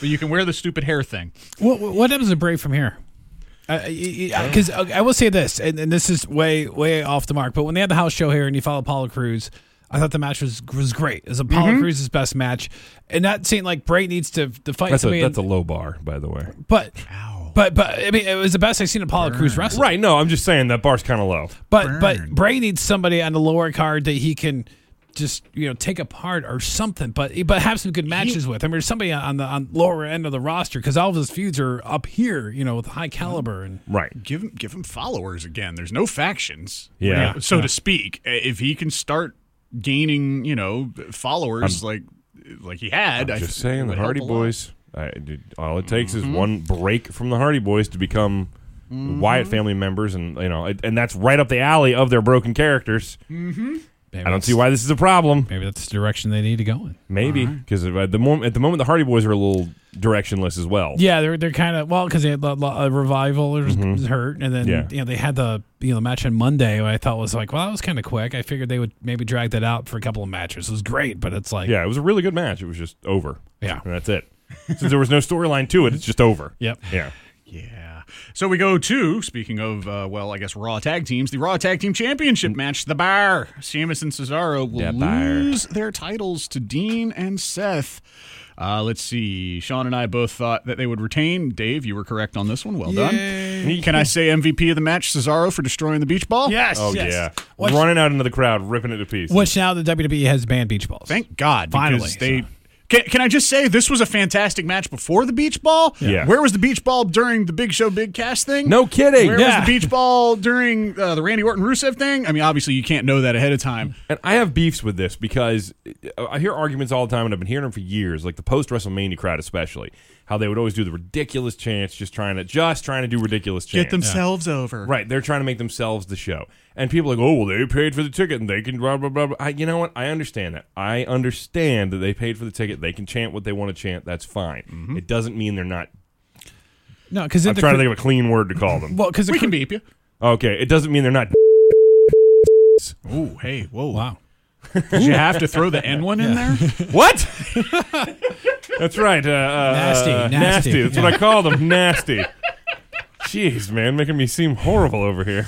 [SPEAKER 1] But you can wear the stupid hair thing.
[SPEAKER 3] What what happens to Bray from here? Because
[SPEAKER 2] Uh.
[SPEAKER 3] I will say this, and, and this is way way off the mark. But when they had the house show here, and you followed Apollo Cruz, I thought the match was was great. It was Apollo
[SPEAKER 2] Mm-hmm.
[SPEAKER 3] Cruz's best match, and not saying like Bray needs to to fight
[SPEAKER 2] That's
[SPEAKER 3] somebody.
[SPEAKER 2] a
[SPEAKER 3] in-
[SPEAKER 2] that's a low bar, by the way.
[SPEAKER 3] but but but I mean, it was the best I've seen Apollo Cruz wrestle.
[SPEAKER 2] Right? No, I'm just saying that bar's kind of low.
[SPEAKER 3] But but Bray needs somebody on the lower card that he can just you know take apart or something. But but have some good matches with. I mean, there's somebody on the on lower end of the roster because all of his feuds are up here, you know, with high caliber and.
[SPEAKER 2] Right.
[SPEAKER 1] Give him give him followers again. There's no factions.
[SPEAKER 2] Yeah.
[SPEAKER 1] so to speak. uh, If he can start gaining, you know, followers like like he had, I
[SPEAKER 2] Just
[SPEAKER 1] think it
[SPEAKER 2] saying, the
[SPEAKER 1] would help
[SPEAKER 2] Hardy
[SPEAKER 1] a lot. Mm-hmm.
[SPEAKER 2] Boys. I, dude, all it takes is one break from the Hardy Boys to become Wyatt family members, and you know, and that's right up the alley of their broken characters. I don't see why this is a problem.
[SPEAKER 3] Maybe that's the direction they need to go in.
[SPEAKER 2] Maybe because at the moment, at the moment, the Hardy Boys are a little directionless as well.
[SPEAKER 3] Yeah, they're they're kind of well because they had a, a revival or was hurt, and then
[SPEAKER 2] Mm-hmm. Yeah.
[SPEAKER 3] you know they had the you know the match on Monday. what I thought was like, well, that was kind of quick. I figured they would maybe drag that out for a couple of matches. It was great, but it's like,
[SPEAKER 2] Yeah, it was a really good match. It was just over.
[SPEAKER 3] Yeah.
[SPEAKER 2] and that's it. Since there was no storyline to it, it's just over.
[SPEAKER 3] Yep.
[SPEAKER 2] Yeah.
[SPEAKER 1] Yeah. So we go to, speaking of, uh, well, I guess Raw Tag Teams, the Raw Tag Team Championship match, The Bar. Sheamus and Cesaro will
[SPEAKER 2] Bar.
[SPEAKER 1] lose their titles to Dean and Seth. Uh, let's see. Sean and I both thought that they would retain. Dave, you were correct on this one. Well done. Can I say MVP of the match, Cesaro, for destroying the beach ball?
[SPEAKER 3] Yes.
[SPEAKER 2] Oh
[SPEAKER 3] yes.
[SPEAKER 2] yeah,
[SPEAKER 3] Which,
[SPEAKER 2] running out into the crowd, ripping it to pieces.
[SPEAKER 3] which now the WWE E has banned beach balls.
[SPEAKER 1] Thank God. because
[SPEAKER 3] Finally,
[SPEAKER 1] They. Can, can I just say this was a fantastic match before the beach ball?
[SPEAKER 2] Yeah.
[SPEAKER 1] Where was the beach ball during the Big Show Big Cash thing?
[SPEAKER 2] No kidding.
[SPEAKER 1] Where
[SPEAKER 3] Yeah.
[SPEAKER 1] was the beach ball during uh, the Randy Orton Rusev thing? I mean, obviously you can't know that ahead of time.
[SPEAKER 2] And I have beefs with this because I hear arguments all the time, and I've been hearing them for years. Like the post WrestleMania crowd, especially, how they would always do the ridiculous chants, just trying to just trying to do ridiculous chants.
[SPEAKER 1] Get themselves over.
[SPEAKER 2] Right, they're trying to make themselves the show, and people are like, oh well, they paid for the ticket, and they can blah blah blah. blah. I, you know what? I understand that. I understand that they paid for the ticket. They can chant what they want to chant. That's fine. It doesn't mean they're not.
[SPEAKER 3] No, because
[SPEAKER 2] I'm trying to think of a clean word to call them.
[SPEAKER 3] Well, because
[SPEAKER 1] We can beep you.
[SPEAKER 2] Okay, it doesn't mean they're not.
[SPEAKER 1] Ooh, hey, whoa.
[SPEAKER 3] Wow.
[SPEAKER 1] Did you have to throw the N one in there?
[SPEAKER 2] What? That's right. Uh, uh,
[SPEAKER 3] Nasty,
[SPEAKER 2] uh,
[SPEAKER 3] nasty.
[SPEAKER 2] That's what I call them. Nasty. Jeez, man, making me seem horrible over here.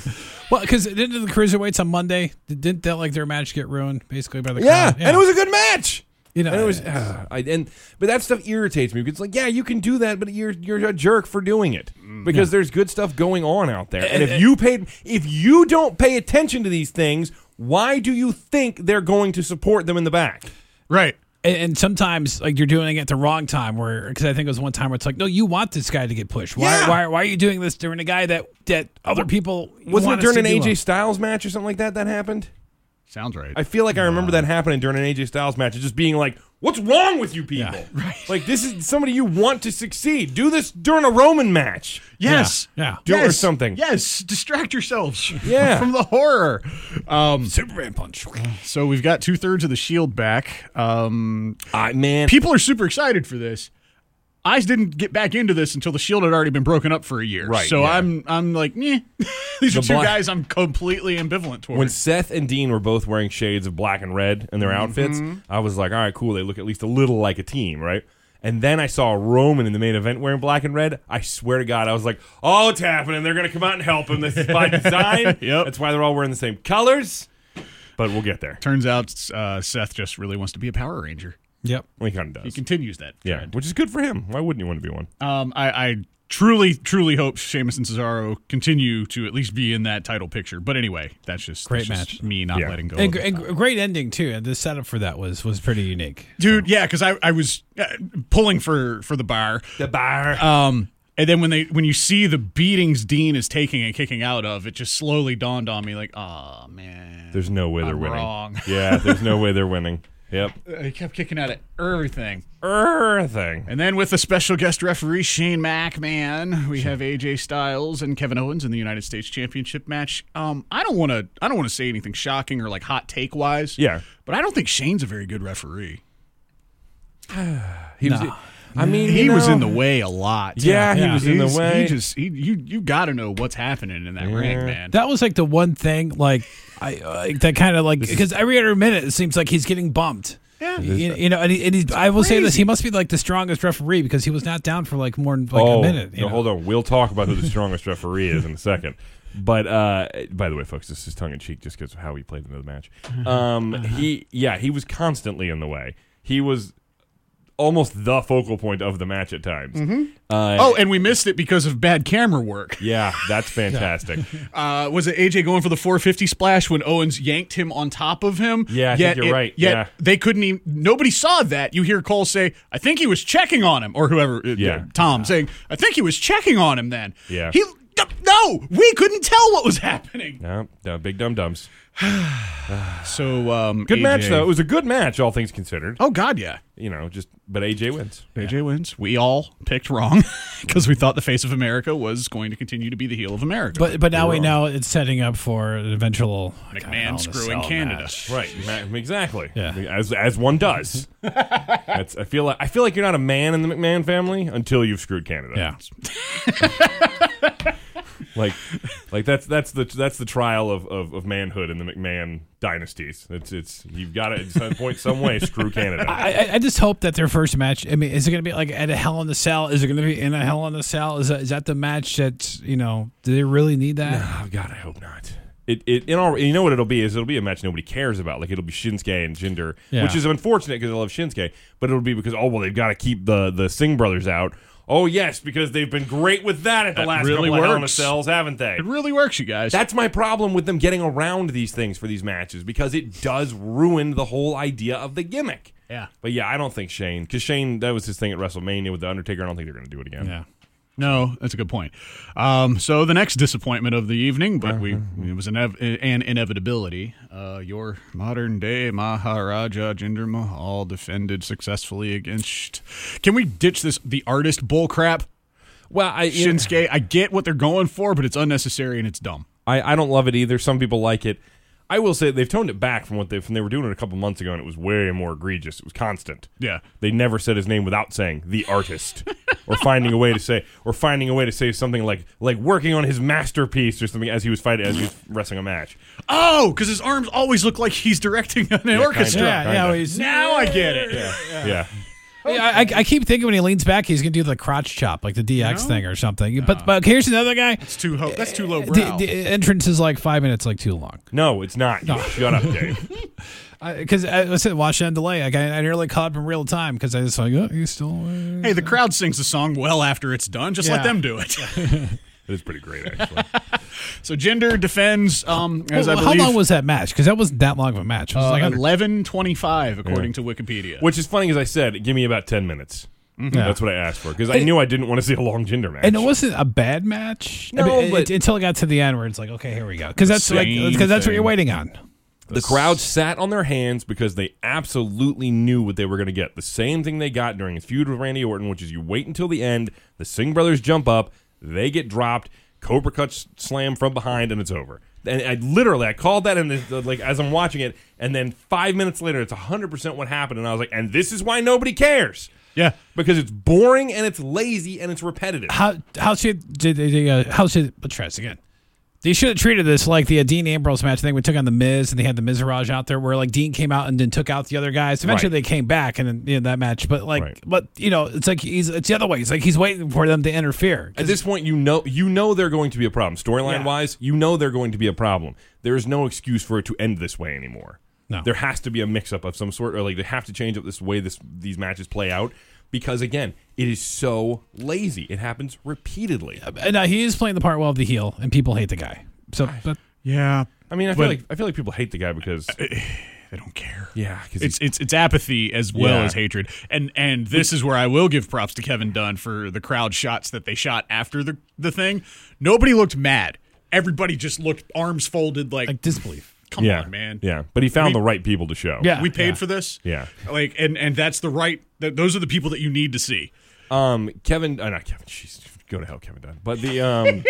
[SPEAKER 3] Well, because didn't the cruiserweights on Monday didn't that like their match get ruined basically by the crowd?
[SPEAKER 2] a good match.
[SPEAKER 3] you know
[SPEAKER 2] And it was, uh, I, and but that stuff irritates me because it's like, yeah, you can do that, but you're you're a jerk for doing it because there's good stuff going on out there. And if you paid, if you don't pay attention to these things, why do you think they're going to support them in the back?
[SPEAKER 1] Right.
[SPEAKER 3] and, and sometimes like you're doing it at the wrong time where because I think it was one time where it's like no you want this guy to get pushed why
[SPEAKER 2] Yeah.
[SPEAKER 3] why, why are you doing this during a guy that that other people
[SPEAKER 2] Wasn't
[SPEAKER 3] want
[SPEAKER 2] it
[SPEAKER 3] us
[SPEAKER 2] during an
[SPEAKER 3] to do
[SPEAKER 2] AJ
[SPEAKER 3] him?
[SPEAKER 2] Styles match or something like that that happened?
[SPEAKER 1] Sounds right.
[SPEAKER 2] I feel like I remember that happening during an AJ Styles match, and just being like, "What's wrong with you people? right. Like this is somebody you want to succeed. Do this during a Roman match.
[SPEAKER 1] yes.
[SPEAKER 3] yeah.
[SPEAKER 2] Do it or
[SPEAKER 1] Yes.
[SPEAKER 2] something.
[SPEAKER 1] Yes. Distract yourselves.
[SPEAKER 2] Yeah.
[SPEAKER 1] from the horror. Um,
[SPEAKER 3] Superman punch
[SPEAKER 1] so we've got two thirds of the shield back. Um,
[SPEAKER 2] I man,
[SPEAKER 1] people are super excited for this. I didn't get back into this until the shield had already been broken up for a year.
[SPEAKER 2] Right,
[SPEAKER 1] So
[SPEAKER 2] yeah.
[SPEAKER 1] I'm I'm like, meh. These are
[SPEAKER 2] The
[SPEAKER 1] two
[SPEAKER 2] bla-
[SPEAKER 1] guys I'm completely ambivalent towards.
[SPEAKER 2] when Seth and Dean were both wearing shades of black and red in
[SPEAKER 1] Mm-hmm.
[SPEAKER 2] their outfits, I was like, all right, cool. They look at least a little like a team, right? And then I saw Roman in the main event wearing black and red. I swear to God, I was like, oh, it's happening. They're going to come out and help him. This is by design.
[SPEAKER 1] Yep.
[SPEAKER 2] That's why they're all wearing the same colors. But we'll get there.
[SPEAKER 1] Turns out uh, Seth just really wants to be a Power Ranger.
[SPEAKER 3] yep
[SPEAKER 2] Well, He kind of
[SPEAKER 1] He
[SPEAKER 2] does.
[SPEAKER 1] continues that.
[SPEAKER 2] Yeah,
[SPEAKER 1] trend.
[SPEAKER 2] which is good for him. Why wouldn't you want to be one?
[SPEAKER 1] Um, I, I truly, truly hope Sheamus and Cesaro continue to at least be in that title picture. But anyway, that's just
[SPEAKER 3] Great
[SPEAKER 1] that's just
[SPEAKER 3] match.
[SPEAKER 1] me not
[SPEAKER 2] Yeah.
[SPEAKER 1] letting go.
[SPEAKER 3] and,
[SPEAKER 1] of it.
[SPEAKER 3] and a great ending too and the setup for that was was pretty unique
[SPEAKER 1] Dude, yeah, because I, I was uh, pulling for for the bar.
[SPEAKER 2] The bar.
[SPEAKER 1] Um, and then when they when you see the beatings Dean is taking and kicking out of, it just slowly dawned on me like, oh man,
[SPEAKER 2] there's no way they're
[SPEAKER 1] I'm
[SPEAKER 2] winning.
[SPEAKER 1] wrong.
[SPEAKER 2] yeah, there's no way they're winning. Yep.
[SPEAKER 1] he kept kicking out at everything.
[SPEAKER 2] Er thing.
[SPEAKER 1] And then with the special guest referee Shane McMahon, we have AJ Styles and Kevin Owens in the United States Championship match. Um, I don't want to I don't want to say anything shocking or like hot take wise.
[SPEAKER 2] Yeah.
[SPEAKER 1] But I don't think Shane's a very good referee.
[SPEAKER 2] He was. I mean,
[SPEAKER 1] He
[SPEAKER 2] you
[SPEAKER 1] was
[SPEAKER 2] know-
[SPEAKER 1] in the way a lot.
[SPEAKER 2] Yeah, he was in the
[SPEAKER 1] He's-
[SPEAKER 2] way.
[SPEAKER 1] He just he, you you got to know what's happening in that ring, man.
[SPEAKER 3] That was like the one thing, like I uh, that kind of like because every other minute it seems like he's getting bumped.
[SPEAKER 1] Yeah.
[SPEAKER 3] you, you know, and, he, and he's, I will say this: he must be like the strongest referee because he was not down for like more than like
[SPEAKER 2] oh,
[SPEAKER 3] a minute. You
[SPEAKER 2] no,
[SPEAKER 3] know?
[SPEAKER 2] hold on. We'll talk about who the strongest referee is in a second. But uh, by the way, folks, this is tongue in cheek just because of how he played into the match. Um, he, yeah, he was constantly in the way. He was almost the focal point of the match at times. Uh,
[SPEAKER 1] oh, and we missed it because of bad camera work.
[SPEAKER 2] yeah, that's fantastic.
[SPEAKER 1] Uh, was it AJ going for the 450 splash when Owens yanked him on top of him?
[SPEAKER 2] Yeah, I think
[SPEAKER 1] Yet
[SPEAKER 2] you're
[SPEAKER 1] it-
[SPEAKER 2] right.
[SPEAKER 1] yet
[SPEAKER 2] Yeah.
[SPEAKER 1] they couldn't even. Nobody saw that. You hear Cole say, "I think he was checking on him," or whoever. uh,
[SPEAKER 2] Yeah.
[SPEAKER 1] Tom saying, "I think he was checking on him." Then.
[SPEAKER 2] Yeah.
[SPEAKER 1] He. No, we couldn't tell what was happening.
[SPEAKER 2] No, no, big dum dums.
[SPEAKER 1] So um,
[SPEAKER 2] Good match
[SPEAKER 1] AJ
[SPEAKER 2] though. It was a good match, all things considered.
[SPEAKER 1] Oh God, yeah.
[SPEAKER 2] You know, just but AJ wins.
[SPEAKER 1] AJ wins. We all picked wrong because we thought the face of America was going to continue to be the heel of America.
[SPEAKER 3] But but now we know it's setting up for an eventual God,
[SPEAKER 1] McMahon
[SPEAKER 3] Hell in a
[SPEAKER 1] screwing
[SPEAKER 3] Cell
[SPEAKER 1] Canada.
[SPEAKER 3] match.
[SPEAKER 2] Right, ma- exactly.
[SPEAKER 3] Yeah.
[SPEAKER 2] as as one does. That's, I feel like I feel like you're not a man in the McMahon family until you've screwed Canada.
[SPEAKER 3] Yeah,
[SPEAKER 2] like like that's that's the that's the trial of, of, of manhood in the McMahon dynasties. It's it's you've got to at some point some way screw Canada.
[SPEAKER 3] I, I- I just hope that their first match. I mean, is it going to be like at a Hell in the Cell? Is it going to be in a Hell in the Cell? Is that, is that the match that you know? Do they really need that?
[SPEAKER 2] Oh God, I hope not. it, it in all you know what it'll be is it'll be a match nobody cares about. Like it'll be Shinsuke and Jinder,
[SPEAKER 3] Yeah.
[SPEAKER 2] which is unfortunate because I love Shinsuke, but it'll be because oh well they've got to keep the the Singh brothers out. Oh yes, because they've been great with that at the
[SPEAKER 1] That
[SPEAKER 2] last
[SPEAKER 1] really
[SPEAKER 2] couple of Hell in a
[SPEAKER 1] works.
[SPEAKER 2] Cells, haven't they?
[SPEAKER 1] It really works, you guys.
[SPEAKER 2] That's my problem with them getting around these things for these matches because it does ruin the whole idea of the gimmick.
[SPEAKER 1] Yeah.
[SPEAKER 2] But yeah, I don't think Shane, because Shane, that was his thing at WrestleMania with The Undertaker. I don't think they're going to do it again.
[SPEAKER 1] yeah. No, that's a good point. Um, so the next disappointment of the evening, but we it was an, ev- an inevitability. Uh, your modern day Maharaja Jinder Mahal defended successfully against. Can we ditch this the artist bullcrap?
[SPEAKER 2] Well, I,
[SPEAKER 1] Shinsuke, I get what they're going for, but it's unnecessary and it's dumb.
[SPEAKER 2] I, I don't love it either. Some people like it. I will say they've toned it back from what they from they were doing it a couple months ago, and it was way more egregious. It was constant.
[SPEAKER 1] Yeah.
[SPEAKER 2] they never said his name without saying the artist, or finding a way to say, or finding a way to say something like like working on his masterpiece or something as he was fighting as he was wrestling a match.
[SPEAKER 1] Oh, because his arms always look like he's directing an orchestra.
[SPEAKER 2] Yeah,
[SPEAKER 3] yeah,
[SPEAKER 2] kinda.
[SPEAKER 3] well, he's-
[SPEAKER 1] Now I get it.
[SPEAKER 2] Yeah.
[SPEAKER 3] I, I, I keep thinking when he leans back, he's gonna do the crotch chop, like the DX thing or something. But but here's another guy.
[SPEAKER 1] It's too ho- that's too low
[SPEAKER 3] The,
[SPEAKER 1] brow.
[SPEAKER 3] the entrance is like five minutes, like too long.
[SPEAKER 2] No, it's not. You Shut up, Dave.
[SPEAKER 3] Because I, was sitting watching on delay, like I, I nearly caught up in real time because I was like, oh, he's still. uh,
[SPEAKER 1] hey, the crowd sings the song well after it's done. Just let
[SPEAKER 3] Yeah.
[SPEAKER 1] them do it.
[SPEAKER 2] It is pretty great, actually.
[SPEAKER 1] so gender defends um as
[SPEAKER 3] Well,
[SPEAKER 1] I
[SPEAKER 3] how
[SPEAKER 1] believe
[SPEAKER 3] long was that match? Because that wasn't that long of a match. It was
[SPEAKER 1] uh,
[SPEAKER 3] like,
[SPEAKER 1] 1125 according to Wikipedia.
[SPEAKER 2] Which is funny, as I said, give me about ten minutes. That's what I asked for because I
[SPEAKER 3] It-
[SPEAKER 2] knew I didn't want to see a long gender match.
[SPEAKER 3] and it wasn't a bad match. I
[SPEAKER 2] No,
[SPEAKER 3] mean, it-
[SPEAKER 2] but-
[SPEAKER 3] until it got to the end where it's like, okay, here we go. Because that's like,
[SPEAKER 1] Same
[SPEAKER 3] because that's what you're
[SPEAKER 1] thing.
[SPEAKER 3] waiting on.
[SPEAKER 2] The crowd sat on their hands because they absolutely knew what they were going to get. The same thing they got during his feud with Randy Orton, which is you wait until the end, the Singh brothers jump up, they get dropped, Cobra cuts slam from behind, and it's over. And I literally, I called that, and the, like as I'm watching it, and then five minutes later, it's 100 percent what happened, and I was like, and this is why nobody cares
[SPEAKER 1] yeah.
[SPEAKER 2] because it's boring and it's lazy and it's repetitive.
[SPEAKER 3] How how should did they- they uh, how should let's try this again? They should have treated this like the uh, Dean Ambrose match thing we took on the Miz and they had the Mizrage out there where like Dean came out and then took out the other guys. Eventually
[SPEAKER 2] Right.
[SPEAKER 3] they came back and then you know, that match, but like
[SPEAKER 2] Right.
[SPEAKER 3] but you know it's like he's it's the other way. It's like he's waiting for them to interfere.
[SPEAKER 2] At this point, you know you know they're going to be a problem. Storyline
[SPEAKER 3] Yeah.
[SPEAKER 2] wise, you know they're going to be a problem. There is no excuse for it to end this way anymore.
[SPEAKER 3] No.
[SPEAKER 2] There has to be a mix up of some sort, or like they have to change up this way this these matches play out because again, it is so lazy. It happens repeatedly.
[SPEAKER 3] And uh, he is playing the part well of the heel and people hate the guy. So but
[SPEAKER 1] Yeah.
[SPEAKER 2] I mean, I feel
[SPEAKER 1] But-
[SPEAKER 2] like I feel like people hate the guy because
[SPEAKER 1] They don't care.
[SPEAKER 2] yeah, because
[SPEAKER 1] It's it's it's apathy as well
[SPEAKER 2] Yeah.
[SPEAKER 1] as hatred. And and this is where I will give props to Kevin Dunn for the crowd shots that they shot after the the thing. Nobody looked mad. Everybody just looked arms folded like,
[SPEAKER 3] like disbelief.
[SPEAKER 1] come
[SPEAKER 2] yeah,
[SPEAKER 1] on, man.
[SPEAKER 2] yeah. But he found
[SPEAKER 1] We-
[SPEAKER 2] the right people to show.
[SPEAKER 3] Yeah.
[SPEAKER 1] We paid for this.
[SPEAKER 2] Yeah.
[SPEAKER 1] Like and and that's the right that those are the people that you need to see.
[SPEAKER 2] Um, Kevin, uh, not Kevin. Jeez, go to hell, Kevin Dunn. But the um,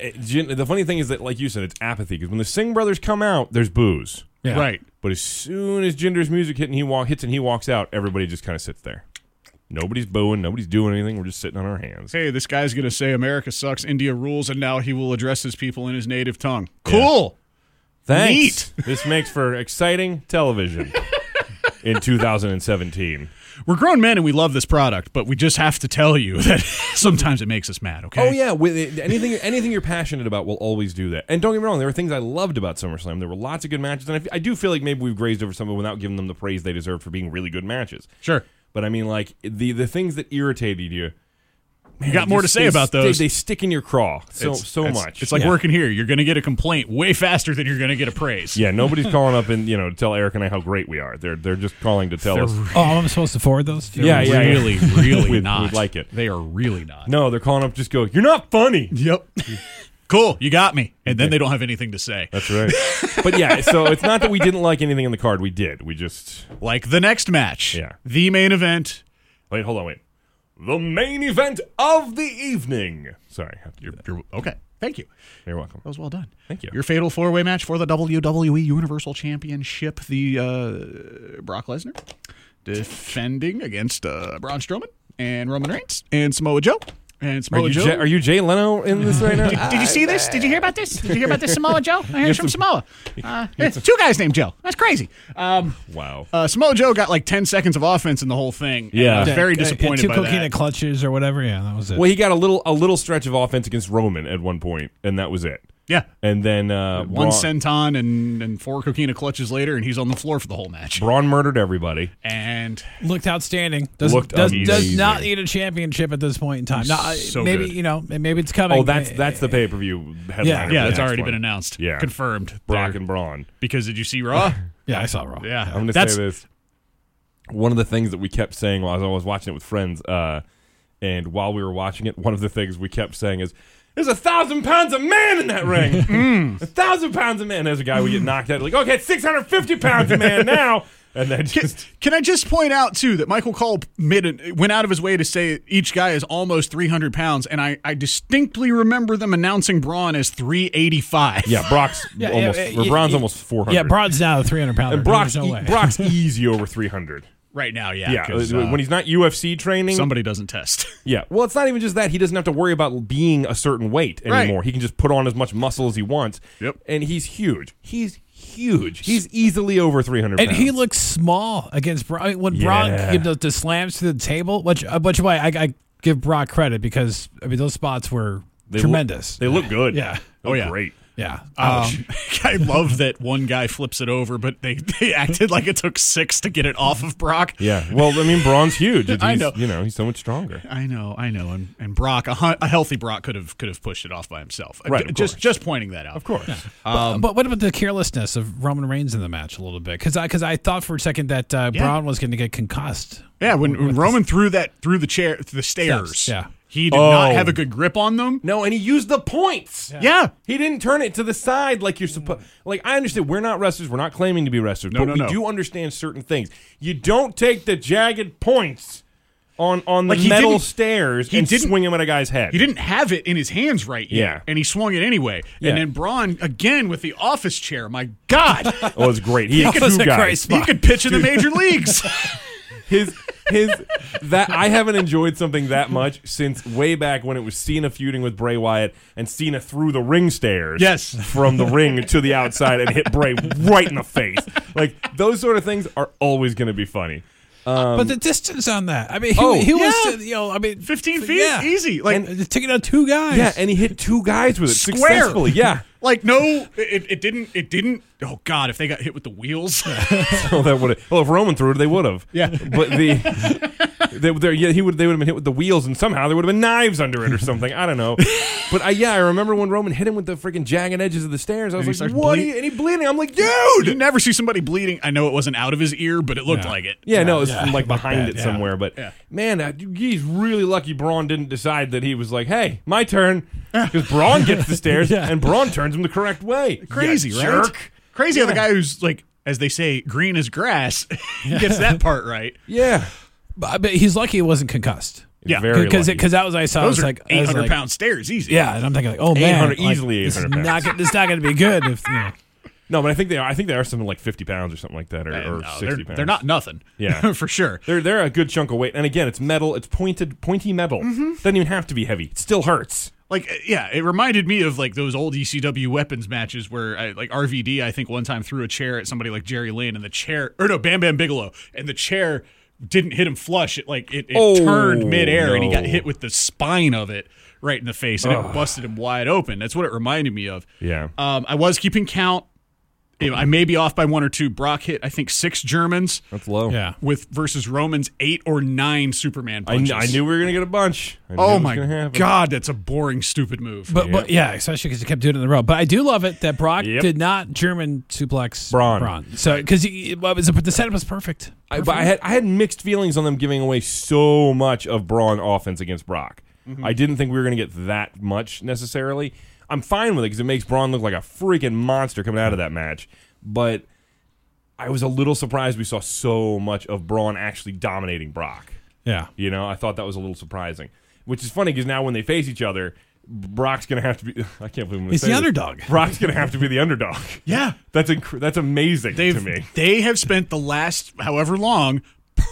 [SPEAKER 2] eh, Jin- the funny thing is that, like you said, it's apathy because when the Singh brothers come out, there's booze.
[SPEAKER 3] Yeah.
[SPEAKER 1] Right.
[SPEAKER 2] But as soon as Jinder's music hit and he walk, hits and he walks out, everybody just kind of sits there. Nobody's booing. Nobody's doing anything. We're just sitting on our hands.
[SPEAKER 1] hey, this guy's going to say America sucks, India rules, and now he will address his people in his native tongue. Cool.
[SPEAKER 2] Thanks. this makes for exciting television in 2017.
[SPEAKER 1] We're grown men and we love this product, but we just have to tell you that sometimes it makes us mad, okay?
[SPEAKER 2] Oh yeah, with it, anything anything you're passionate about will always do that. And don't get me wrong, there were things I loved about SummerSlam. There were lots of good matches, and I, f- I do feel like maybe we've grazed over some of it without giving them the praise they deserve for being really good matches.
[SPEAKER 1] Sure.
[SPEAKER 2] But I mean, like the the things that irritated you.
[SPEAKER 1] You got more to
[SPEAKER 2] just-
[SPEAKER 1] say
[SPEAKER 2] they
[SPEAKER 1] about
[SPEAKER 2] sti-
[SPEAKER 1] those.
[SPEAKER 2] They, stick in your craw so
[SPEAKER 1] It's-
[SPEAKER 2] so
[SPEAKER 1] it's-
[SPEAKER 2] much.
[SPEAKER 1] It's like
[SPEAKER 2] yeah.
[SPEAKER 1] working here. You're going to get a complaint way faster than you're going to get a praise.
[SPEAKER 2] Yeah, nobody's calling up and you know to tell Eric and I how great we are. They're they're just calling to tell us.
[SPEAKER 3] Oh, I'm supposed to forward those?
[SPEAKER 2] Yeah, yeah, yeah.
[SPEAKER 1] really, really
[SPEAKER 2] We'd-
[SPEAKER 1] not.
[SPEAKER 2] we'd like it.
[SPEAKER 1] They are really not.
[SPEAKER 2] No, they're calling up just go. You're not funny.
[SPEAKER 1] Yep. cool. You got me. And then they don't have anything to say.
[SPEAKER 2] That's right. but yeah, so it's not that we didn't like anything in the card. We did. We just
[SPEAKER 1] Like the next match.
[SPEAKER 2] Yeah.
[SPEAKER 1] The main event.
[SPEAKER 2] wait. Hold on. Wait. The main event of the evening. Sorry, I have to do that.
[SPEAKER 1] You're, okay. Thank you.
[SPEAKER 2] You're welcome.
[SPEAKER 1] That was well done.
[SPEAKER 2] Thank you.
[SPEAKER 1] Your fatal four way match for the WWE Universal Championship. The uh, Brock Lesnar defending against uh, Braun Strowman and Roman Reigns and Samoa Joe. And
[SPEAKER 2] Are
[SPEAKER 1] Samoa
[SPEAKER 2] you,
[SPEAKER 1] Joe.
[SPEAKER 2] Jay, are you Jay Leno in this right now?
[SPEAKER 1] did you see this? Did you hear about this? Did you hear about this Samoa Joe? I hear it's from Samoa. Uh, yeah, two guys named Joe. That's crazy. Um,
[SPEAKER 2] wow.
[SPEAKER 1] uh, Samoa Joe got like ten seconds of offense in the whole thing. and
[SPEAKER 2] Yeah.
[SPEAKER 1] I was
[SPEAKER 2] Yeah,
[SPEAKER 1] very
[SPEAKER 3] Uh,
[SPEAKER 1] disappointed
[SPEAKER 3] Two
[SPEAKER 1] by
[SPEAKER 3] coquina
[SPEAKER 1] that.
[SPEAKER 3] clutches or whatever. Yeah, that was it.
[SPEAKER 2] Well, he got a little a little stretch of offense against Roman at one point, and that was it.
[SPEAKER 1] Yeah.
[SPEAKER 2] and then uh,
[SPEAKER 1] One
[SPEAKER 2] Braun,
[SPEAKER 1] senton and, and four coquina clutches later, and he's on the floor for the whole match.
[SPEAKER 2] Braun murdered everybody.
[SPEAKER 1] And
[SPEAKER 3] Looked outstanding. Does,
[SPEAKER 2] Looked
[SPEAKER 3] does, does
[SPEAKER 2] amazing.
[SPEAKER 3] not need a championship at this point in time. Now, I-
[SPEAKER 1] So
[SPEAKER 3] maybe
[SPEAKER 1] good.
[SPEAKER 3] you know, maybe it's coming.
[SPEAKER 2] Oh, that's that's the pay per view headline.
[SPEAKER 3] Yeah.
[SPEAKER 2] of
[SPEAKER 1] eh, yeah,
[SPEAKER 2] the
[SPEAKER 1] that's
[SPEAKER 2] next
[SPEAKER 1] already
[SPEAKER 2] one.
[SPEAKER 1] been announced.
[SPEAKER 2] Yeah.
[SPEAKER 1] Confirmed.
[SPEAKER 2] Brock
[SPEAKER 1] There.
[SPEAKER 2] and Braun.
[SPEAKER 1] Because did you see Raw?
[SPEAKER 3] yeah. I saw Raw.
[SPEAKER 1] yeah.
[SPEAKER 2] I'm gonna
[SPEAKER 1] that's,
[SPEAKER 2] say this. One of the things that we kept saying while I was watching it with friends, uh, and while we were watching it, one of the things we kept saying is, "There's a thousand pounds of man in that ring.
[SPEAKER 3] Mm.
[SPEAKER 2] A thousand pounds of man." There's a guy we get knocked out. Like, okay, it's 650 pounds of man now, and then just
[SPEAKER 1] Can I just point out too that Michael Cole made an, went out of his way to say each guy is almost 300 pounds, and I, I distinctly remember them announcing Braun as 385.
[SPEAKER 2] yeah, Brock's
[SPEAKER 3] Yeah, yeah,
[SPEAKER 2] almost.
[SPEAKER 3] yeah,
[SPEAKER 2] or
[SPEAKER 3] yeah,
[SPEAKER 2] Braun's
[SPEAKER 3] yeah.
[SPEAKER 2] almost 400.
[SPEAKER 3] Yeah, Braun's now the 300 pounder.
[SPEAKER 2] And Brock's
[SPEAKER 3] There's no
[SPEAKER 2] e-
[SPEAKER 3] way.
[SPEAKER 2] Brock's easy over 300.
[SPEAKER 1] right now, yeah.
[SPEAKER 2] Yeah,
[SPEAKER 1] 'cause,
[SPEAKER 2] uh,
[SPEAKER 1] uh,
[SPEAKER 2] when he's not UFC training,
[SPEAKER 1] somebody doesn't test.
[SPEAKER 2] Yeah. Well, it's not even just that. He doesn't have to worry about being a certain weight
[SPEAKER 1] Right.
[SPEAKER 2] anymore. He can just put on as much muscle as he wants.
[SPEAKER 1] Yep.
[SPEAKER 2] And he's huge. He's huge. He's easily over 300
[SPEAKER 3] And
[SPEAKER 2] pounds.
[SPEAKER 3] he looks small against Brock. I mean, when Brock
[SPEAKER 2] Yeah.
[SPEAKER 3] gave those the slams to the table, which uh, which way I, I give Brock credit because I mean those spots were
[SPEAKER 2] look-
[SPEAKER 3] tremendous.
[SPEAKER 2] They Oh, look good.
[SPEAKER 3] Yeah.
[SPEAKER 2] They
[SPEAKER 1] Oh,
[SPEAKER 2] look
[SPEAKER 1] yeah.
[SPEAKER 2] Great.
[SPEAKER 3] yeah.
[SPEAKER 1] Um, I love that one guy flips it over, but they, they acted like it took six to get it off of Brock.
[SPEAKER 2] Yeah. Well, I mean, Braun's huge. It's-
[SPEAKER 1] I
[SPEAKER 2] he's-
[SPEAKER 1] know.
[SPEAKER 2] You know, he's so much stronger.
[SPEAKER 1] I know, I know, and and Brock, a, hu- a healthy Brock could have could have pushed it off by himself.
[SPEAKER 2] Right,
[SPEAKER 1] Uh,
[SPEAKER 2] of
[SPEAKER 1] just
[SPEAKER 2] course.
[SPEAKER 1] just pointing that out.
[SPEAKER 2] Of course. Um,
[SPEAKER 3] But- but what about the carelessness of Roman Reigns in the match a little bit? Because I because I thought for a second that uh,
[SPEAKER 1] Yeah.
[SPEAKER 3] Braun was going to get concussed.
[SPEAKER 1] Yeah, when, when
[SPEAKER 3] With the-
[SPEAKER 1] Roman threw that through the chair, the stairs.
[SPEAKER 3] Steps, yeah.
[SPEAKER 1] he did not
[SPEAKER 2] Oh.
[SPEAKER 1] have a good grip on them.
[SPEAKER 2] No, and he used the points.
[SPEAKER 1] Yeah.
[SPEAKER 2] He didn't turn it to the side like you're supposed. Like I understand, we're not wrestlers. We're not claiming to be wrestlers,
[SPEAKER 1] No,
[SPEAKER 2] but
[SPEAKER 1] no,
[SPEAKER 2] we
[SPEAKER 1] no.
[SPEAKER 2] do understand certain things. You don't take the jagged points on on the
[SPEAKER 1] Like, he
[SPEAKER 2] metal
[SPEAKER 1] didn't-
[SPEAKER 2] stairs
[SPEAKER 1] he
[SPEAKER 2] and
[SPEAKER 1] didn't-
[SPEAKER 2] swing him at a guy's head.
[SPEAKER 1] He didn't have it in his hands right yet,
[SPEAKER 2] Yeah.
[SPEAKER 1] and he swung it anyway.
[SPEAKER 2] Yeah.
[SPEAKER 1] And then Braun again with the office chair. My God,
[SPEAKER 2] Oh, it was great. He had
[SPEAKER 3] That was
[SPEAKER 2] two
[SPEAKER 3] a great
[SPEAKER 2] guys.
[SPEAKER 3] spot.
[SPEAKER 1] he could pitch in the major leagues.
[SPEAKER 2] His his that I haven't enjoyed something that much since way back when it was Cena feuding with Bray Wyatt and Cena threw the ring stairs.
[SPEAKER 1] Yes.
[SPEAKER 2] from the ring to the outside and hit Bray right in the face. Like those sort of things are always going to be funny.
[SPEAKER 3] but the distance on that, I mean, he,
[SPEAKER 2] Um, oh,
[SPEAKER 3] he was
[SPEAKER 1] yeah.
[SPEAKER 3] uh, you know, I mean,
[SPEAKER 1] Fifteen feet,
[SPEAKER 3] yeah.
[SPEAKER 1] easy. Like
[SPEAKER 3] Uh, taking out two guys.
[SPEAKER 2] Yeah, and he hit two guys with it
[SPEAKER 1] Square.
[SPEAKER 2] successfully. Yeah,
[SPEAKER 1] Like no, it, it didn't. It didn't. Oh God, if they got hit with the wheels,
[SPEAKER 2] well, that would. Well, if Roman threw it, they would have.
[SPEAKER 1] Yeah.
[SPEAKER 2] but the they, they, yeah, he would. They would have been hit with the wheels, and somehow there would have been knives under it or something. I don't know. But I, yeah, I remember when Roman hit him with the freaking jagged edges of the stairs.
[SPEAKER 1] he
[SPEAKER 2] I was like,
[SPEAKER 1] starts
[SPEAKER 2] "What?"
[SPEAKER 1] bleed-
[SPEAKER 2] are you- and he bleeding. I'm like, "Dude."
[SPEAKER 1] you never see somebody bleeding. I know it wasn't out of his ear, but it looked like it.
[SPEAKER 2] Yeah, no, it's
[SPEAKER 3] yeah,
[SPEAKER 2] from like
[SPEAKER 3] it looked
[SPEAKER 2] behind
[SPEAKER 3] bad,
[SPEAKER 2] it
[SPEAKER 3] yeah.
[SPEAKER 2] somewhere. But
[SPEAKER 1] Yeah.
[SPEAKER 2] man, I, he's really lucky. Braun didn't decide that he was like, "Hey, my turn," because Braun gets the stairs
[SPEAKER 3] Yeah.
[SPEAKER 2] and Braun turns him the correct way.
[SPEAKER 1] Crazy,
[SPEAKER 2] You
[SPEAKER 1] right?
[SPEAKER 2] Jerk.
[SPEAKER 1] Crazy how the guy who's like, as they say, green as grass gets that part right.
[SPEAKER 2] Yeah,
[SPEAKER 3] but, but he's lucky he wasn't concussed.
[SPEAKER 1] Yeah,
[SPEAKER 2] Very
[SPEAKER 3] Because
[SPEAKER 2] lucky.
[SPEAKER 3] because that was I saw. I
[SPEAKER 1] Those
[SPEAKER 3] was
[SPEAKER 1] are
[SPEAKER 3] like I
[SPEAKER 1] eight
[SPEAKER 3] was
[SPEAKER 1] hundred
[SPEAKER 3] like,
[SPEAKER 1] pound stairs, easy.
[SPEAKER 3] Yeah, and I'm thinking like, oh man,
[SPEAKER 2] 800
[SPEAKER 3] like,
[SPEAKER 2] easily
[SPEAKER 3] this is
[SPEAKER 2] 800
[SPEAKER 3] Not gonna, this is not going to be good. If you know.
[SPEAKER 2] No, but I think they are. I think they are something like fifty pounds or something like that, or,
[SPEAKER 1] And,
[SPEAKER 2] or
[SPEAKER 1] Uh, no,
[SPEAKER 2] 60
[SPEAKER 1] they're,
[SPEAKER 2] pounds.
[SPEAKER 1] they're not nothing.
[SPEAKER 2] Yeah.
[SPEAKER 1] for sure.
[SPEAKER 2] They're they're a good chunk of weight, and again, it's metal. It's pointed, pointy metal.
[SPEAKER 1] Mm-hmm.
[SPEAKER 2] Doesn't even have to be heavy. It still hurts.
[SPEAKER 1] Like, uh, yeah, it reminded me of like those old ECW weapons matches where I, like RVD, I think one time threw a chair at somebody like Jerry Lynn, and the chair, or no, Bam Bam Bigelow, and the chair didn't hit him flush. It like it, it
[SPEAKER 2] Oh,
[SPEAKER 1] turned midair, and he got
[SPEAKER 2] no.
[SPEAKER 1] hit with the spine of it right in the face, and it busted him wide open. That's what it reminded me of.
[SPEAKER 2] Yeah.
[SPEAKER 1] Um, I was keeping count. You know, I may be off by one or two. Brock hit, I think, six Germans
[SPEAKER 2] That's low.
[SPEAKER 3] Yeah.
[SPEAKER 1] with versus Romans eight or nine Superman
[SPEAKER 2] I,
[SPEAKER 1] punches.
[SPEAKER 2] kn- I knew we were gonna get a bunch. I knew it
[SPEAKER 1] Oh
[SPEAKER 2] was
[SPEAKER 1] my
[SPEAKER 2] gonna happen.
[SPEAKER 1] god, that's a boring, stupid move.
[SPEAKER 3] But but yeah, especially because he kept doing it in the row. But I do love it that Brock
[SPEAKER 2] Yep.
[SPEAKER 3] did not German suplex
[SPEAKER 2] Braun.
[SPEAKER 3] So because the setup was perfect.
[SPEAKER 2] I, but I had I had mixed feelings on them giving away so much of Braun offense against Brock.
[SPEAKER 1] Mm-hmm.
[SPEAKER 2] I didn't think we were going to get that much necessarily. I'm fine with it because it makes Braun look like a freaking monster coming out of that match. But I was a little surprised we saw so much of Braun actually dominating Brock.
[SPEAKER 3] Yeah.
[SPEAKER 2] You know, I thought that was a little surprising, which is funny because now when they face each other, Brock's going to have to be. I can't believe I'm gonna
[SPEAKER 3] He's
[SPEAKER 2] say
[SPEAKER 3] the
[SPEAKER 2] this.
[SPEAKER 3] underdog.
[SPEAKER 2] Brock's going to have to be the underdog.
[SPEAKER 1] yeah,
[SPEAKER 2] That's inc- that's amazing to me.
[SPEAKER 1] they've they have spent the last however long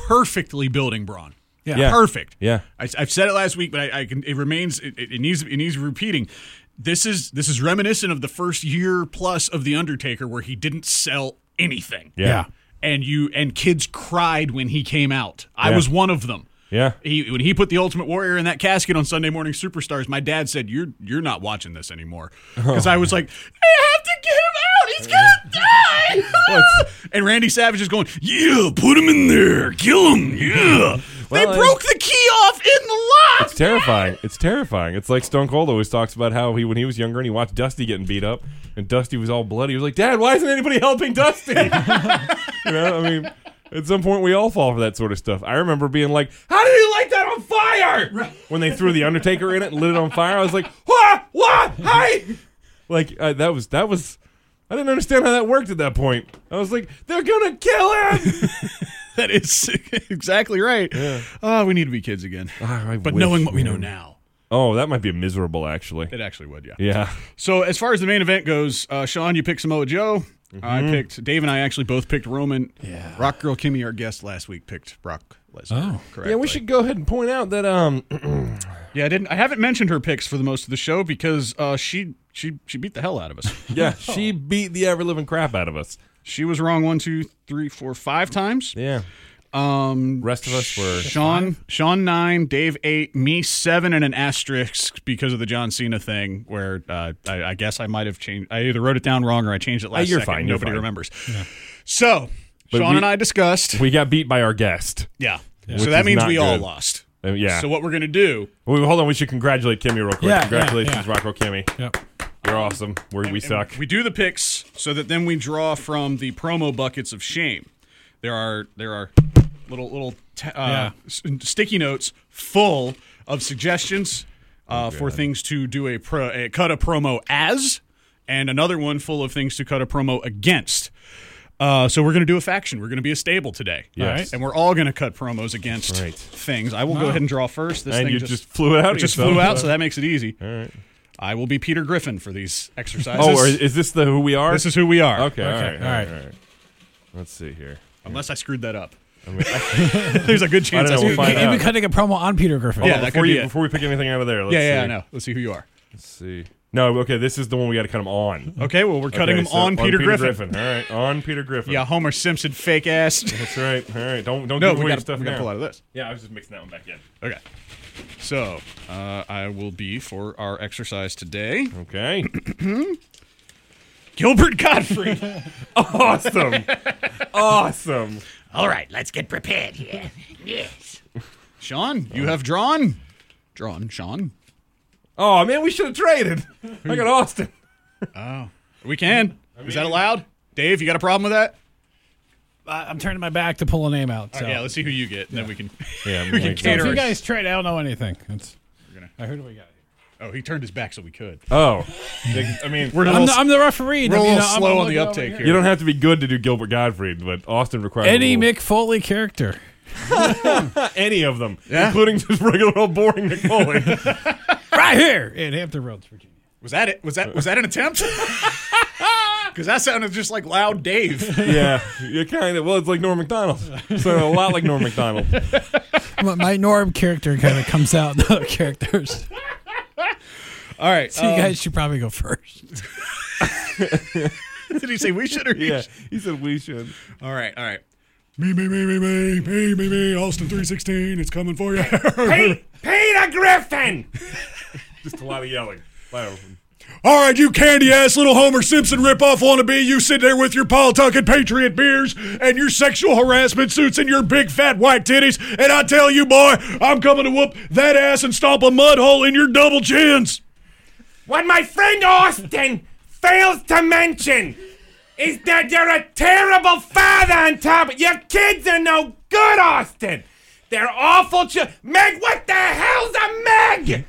[SPEAKER 1] perfectly building Braun.
[SPEAKER 2] Yeah.
[SPEAKER 1] perfect.
[SPEAKER 2] Yeah.
[SPEAKER 1] I, have said it last week, but I, I can. It remains. It, it it needs. It needs repeating. This is this is reminiscent of the first year plus of the Undertaker, where he didn't sell anything.
[SPEAKER 2] Yeah.
[SPEAKER 1] and you and kids cried when he came out. I
[SPEAKER 2] Yeah.
[SPEAKER 1] was one of them.
[SPEAKER 2] Yeah.
[SPEAKER 1] He when he put the Ultimate Warrior in that casket on Sunday Morning Superstars, my dad said, "You're you're not watching this anymore," because I was like, "I have to get him out. He's gonna die." and Randy Savage is going, "Yeah, put him in there, kill him. Yeah."
[SPEAKER 2] Well,
[SPEAKER 1] they broke the key off in the lock.
[SPEAKER 2] It's terrifying. It's terrifying. It's like Stone Cold always talks about how he, when he was younger and he watched Dusty getting beat up, and Dusty was all bloody. He was like, "Dad, why isn't anybody helping Dusty?" you know, I mean, at some point we all fall for that sort of stuff. I remember being like, "How did he light that on fire?" When they threw the Undertaker in it and lit it on fire, I was like, "What? What? Hi!" Like uh, that was that was. I didn't understand how that worked at that point. I was like, "They're gonna kill him."
[SPEAKER 1] That is exactly right. Oh, we need to be kids again.
[SPEAKER 2] Ah, I
[SPEAKER 1] but
[SPEAKER 2] wish,
[SPEAKER 1] knowing what we know
[SPEAKER 2] man.
[SPEAKER 1] now,
[SPEAKER 2] oh, that might be miserable, actually.
[SPEAKER 1] it actually would, yeah.
[SPEAKER 2] Yeah.
[SPEAKER 1] So as far as the main event goes, uh, Sean, you picked Samoa Joe. I picked Dave, and I actually both picked Roman. Yeah. Rock girl Kimmy, our guest last week, picked Brock Lesnar.
[SPEAKER 3] Oh.
[SPEAKER 1] correct.
[SPEAKER 2] Yeah, we should go ahead and point out that um,
[SPEAKER 1] Yeah, I didn't. I haven't mentioned her picks for the most of the show because uh, she she she beat the hell out of us.
[SPEAKER 2] yeah, she beat the ever living crap out of us.
[SPEAKER 1] she was wrong one, two, three, four, five times.
[SPEAKER 2] Yeah,
[SPEAKER 1] Um,
[SPEAKER 2] rest of us were
[SPEAKER 1] Sean Sean nine, Dave eight, me seven, and an asterisk because of the John Cena thing. Where uh, I, I guess I might have changed. I either wrote it down wrong or I changed it last.
[SPEAKER 2] you're
[SPEAKER 1] second.
[SPEAKER 2] fine, you're
[SPEAKER 1] Nobody
[SPEAKER 2] fine.
[SPEAKER 1] remembers. So Sean
[SPEAKER 2] we-
[SPEAKER 1] and I discussed.
[SPEAKER 2] we got beat by our guest.
[SPEAKER 1] yeah.
[SPEAKER 2] Which
[SPEAKER 1] So that
[SPEAKER 2] is
[SPEAKER 1] means
[SPEAKER 2] not
[SPEAKER 1] we all
[SPEAKER 2] good.
[SPEAKER 1] lost.
[SPEAKER 2] Uh, yeah.
[SPEAKER 1] So what we're gonna do?
[SPEAKER 2] Well, hold on, we should congratulate Kimmy real quick.
[SPEAKER 3] Yeah, yeah,
[SPEAKER 2] Congratulations,
[SPEAKER 3] yeah.
[SPEAKER 2] Rockwell Kimmy.
[SPEAKER 3] Yep.
[SPEAKER 2] You're awesome. We're, we suck.
[SPEAKER 1] We do the picks so that then we draw from the promo buckets of shame. There are there are little little t- uh,
[SPEAKER 3] Yeah.
[SPEAKER 1] s- sticky notes full of suggestions
[SPEAKER 2] Oh,
[SPEAKER 1] uh, for things to do a, pro- a cut a promo as, and another one full of things to cut a promo against. Uh, so we're going to do a faction. We're going to be a stable today,
[SPEAKER 2] Yes.
[SPEAKER 1] All right? and we're all going to cut promos against
[SPEAKER 2] Right.
[SPEAKER 1] things. I will go ahead and draw first. This
[SPEAKER 2] and
[SPEAKER 1] thing
[SPEAKER 2] you
[SPEAKER 1] just,
[SPEAKER 2] just, flew out.
[SPEAKER 1] it just
[SPEAKER 2] yourself.
[SPEAKER 1] flew out, so that makes it easy. All right. I will be Peter Griffin for these exercises.
[SPEAKER 2] oh, or is this the who we are?
[SPEAKER 1] This is who we are.
[SPEAKER 2] okay. All right.
[SPEAKER 3] Okay,
[SPEAKER 2] All
[SPEAKER 3] all
[SPEAKER 2] right.
[SPEAKER 3] right.
[SPEAKER 2] All right. Let's see here.
[SPEAKER 1] Unless I screwed that up.
[SPEAKER 2] I mean, I-
[SPEAKER 1] There's a good chance
[SPEAKER 2] I don't know,
[SPEAKER 1] I
[SPEAKER 2] we'll
[SPEAKER 1] screwed
[SPEAKER 2] find
[SPEAKER 1] that
[SPEAKER 3] You've
[SPEAKER 1] up.
[SPEAKER 2] out.
[SPEAKER 3] been cutting a promo on Peter Griffin.
[SPEAKER 1] Um, Yeah, that
[SPEAKER 2] before
[SPEAKER 1] could
[SPEAKER 2] you
[SPEAKER 1] be it.
[SPEAKER 2] before we pick anything out of there, let's
[SPEAKER 1] Yeah, yeah,
[SPEAKER 2] see.
[SPEAKER 1] I know. Let's see who you are.
[SPEAKER 2] Let's see. No, okay. This is the one we got to cut him on.
[SPEAKER 1] Okay, well, we're cutting
[SPEAKER 2] Okay,
[SPEAKER 1] him
[SPEAKER 2] so
[SPEAKER 1] on, Peter, Griffin.
[SPEAKER 2] All right, on Peter Griffin.
[SPEAKER 1] Yeah, Homer Simpson, fake ass.
[SPEAKER 2] That's right. All right. Don't don't
[SPEAKER 1] no,
[SPEAKER 2] give
[SPEAKER 1] we
[SPEAKER 2] away
[SPEAKER 1] got
[SPEAKER 2] stuff
[SPEAKER 1] to
[SPEAKER 2] now.
[SPEAKER 1] pull out of this.
[SPEAKER 2] Yeah, I was just mixing that one back in.
[SPEAKER 1] Okay. So, uh, I will be for our exercise today
[SPEAKER 2] Okay.
[SPEAKER 1] Gilbert Godfrey.
[SPEAKER 2] awesome. awesome.
[SPEAKER 1] All right, let's get prepared here. Yes. Sean, you have drawn. Drawn, Sean.
[SPEAKER 2] Oh man, we should have traded. I got Austin.
[SPEAKER 1] We can. Is that allowed? Dave, you got a problem with that?
[SPEAKER 3] I- I'm turning my back to pull a name out. So.
[SPEAKER 1] Yeah, let's see who you get, and then we can.
[SPEAKER 2] Oh. Yeah,
[SPEAKER 1] we can
[SPEAKER 2] makes
[SPEAKER 3] So if
[SPEAKER 1] cater.
[SPEAKER 3] you
[SPEAKER 1] it.
[SPEAKER 3] guys trade, I don't know anything. That's,
[SPEAKER 1] gonna-
[SPEAKER 3] I heard what we got.
[SPEAKER 1] Oh, he turned his back so we could.
[SPEAKER 2] Oh, Like, I mean,
[SPEAKER 1] We're
[SPEAKER 3] I'm the, I'm the referee.
[SPEAKER 1] We're a
[SPEAKER 3] I mean,
[SPEAKER 1] little
[SPEAKER 3] I'm-
[SPEAKER 1] slow
[SPEAKER 3] I'm
[SPEAKER 1] on the
[SPEAKER 3] looking over
[SPEAKER 1] uptake here.
[SPEAKER 2] you don't have to be good to do Gilbert Gottfried, but Austin requires
[SPEAKER 3] Any
[SPEAKER 2] a little-
[SPEAKER 3] Mick Foley character.
[SPEAKER 2] any of them,
[SPEAKER 1] Yeah.
[SPEAKER 2] including just regular old boring Nick Foley.
[SPEAKER 3] right here in Hampton Roads, Virginia.
[SPEAKER 1] Was that it? Was that was that an attempt? Because that sounded just like loud Dave.
[SPEAKER 2] yeah, you kind of. Well, it's like Norm Macdonald. So a lot like Norm Macdonald.
[SPEAKER 3] my, my Norm character kind of comes out in the other characters.
[SPEAKER 1] All right. uh,
[SPEAKER 3] So you guys should probably go first.
[SPEAKER 1] did he say we should or he
[SPEAKER 2] Yeah,
[SPEAKER 1] should?
[SPEAKER 2] he said we should.
[SPEAKER 1] All right. All right. Me me me me me me me me. Austin three sixteen. It's coming for you.
[SPEAKER 2] Peter Griffin. Just a lot of yelling.
[SPEAKER 1] All right, you candy ass little Homer Simpson ripoff wannabe. You sit there with your Pawtucket Patriot beers and your sexual harassment suits and your big fat white titties. And I tell you, boy, I'm coming to whoop that ass and stomp a mud hole in your double chins.
[SPEAKER 2] What my friend Austin fails to mention is that you're a terrible father on top. Your kids are no good, Austin. They're awful. Ch- Meg, what the hell's a Meg?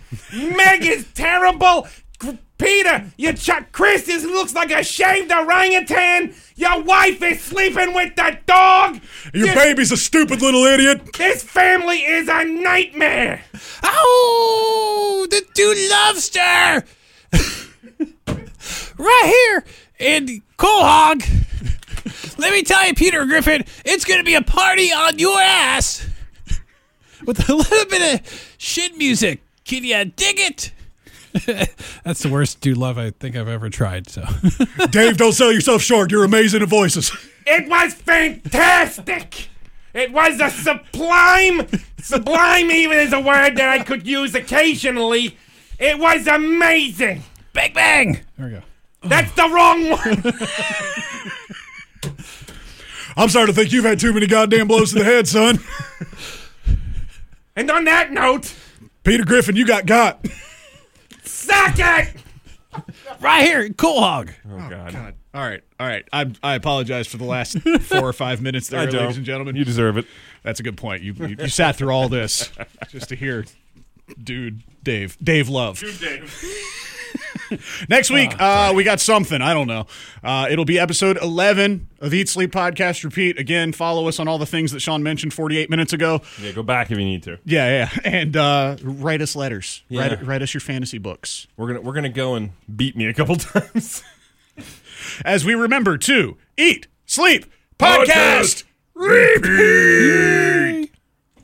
[SPEAKER 2] Meg is terrible. Gr- Peter, your ch- Chris is, looks like a shaved orangutan. Your wife is sleeping with the dog.
[SPEAKER 1] Your
[SPEAKER 2] This-
[SPEAKER 1] baby's a stupid little idiot.
[SPEAKER 2] this family is a nightmare.
[SPEAKER 3] Oh, the dude lobster! right here in Quahog. Let me tell you, Peter Griffin, it's going to be a party on your ass with a little bit of shit music. Can you dig it? That's the worst dude love I think I've ever tried. So
[SPEAKER 1] Dave, don't sell yourself short. You're amazing at voices.
[SPEAKER 2] It was fantastic. It was a sublime. sublime even is a word that I could use occasionally. It was amazing.
[SPEAKER 3] Big Bang. There we go.
[SPEAKER 2] That's the wrong one.
[SPEAKER 1] I'm starting to think you've had too many goddamn blows to the head, son.
[SPEAKER 2] And on that note,
[SPEAKER 1] Peter Griffin, you got got.
[SPEAKER 2] suck it.
[SPEAKER 3] Right here, Cool Hog.
[SPEAKER 2] Oh God.
[SPEAKER 1] All right, all right. I I apologize for the last four or five minutes there, ladies and gentlemen.
[SPEAKER 2] you deserve it.
[SPEAKER 1] That's a good point. You, you you sat through all this just to hear, dude, Dave, Dave Love. Next week, uh, we got something. I don't know. Uh, it'll be episode 11 of Eat Sleep Podcast Repeat. Again, follow us on all the things that Sean mentioned 48 minutes ago.
[SPEAKER 2] Yeah, go back if you need to.
[SPEAKER 1] Yeah, yeah. And uh, write us letters.
[SPEAKER 2] Yeah.
[SPEAKER 1] Write, write us your fantasy books.
[SPEAKER 2] We're gonna we're gonna go and beat me a couple times.
[SPEAKER 1] As we remember to eat, sleep, podcast, repeat.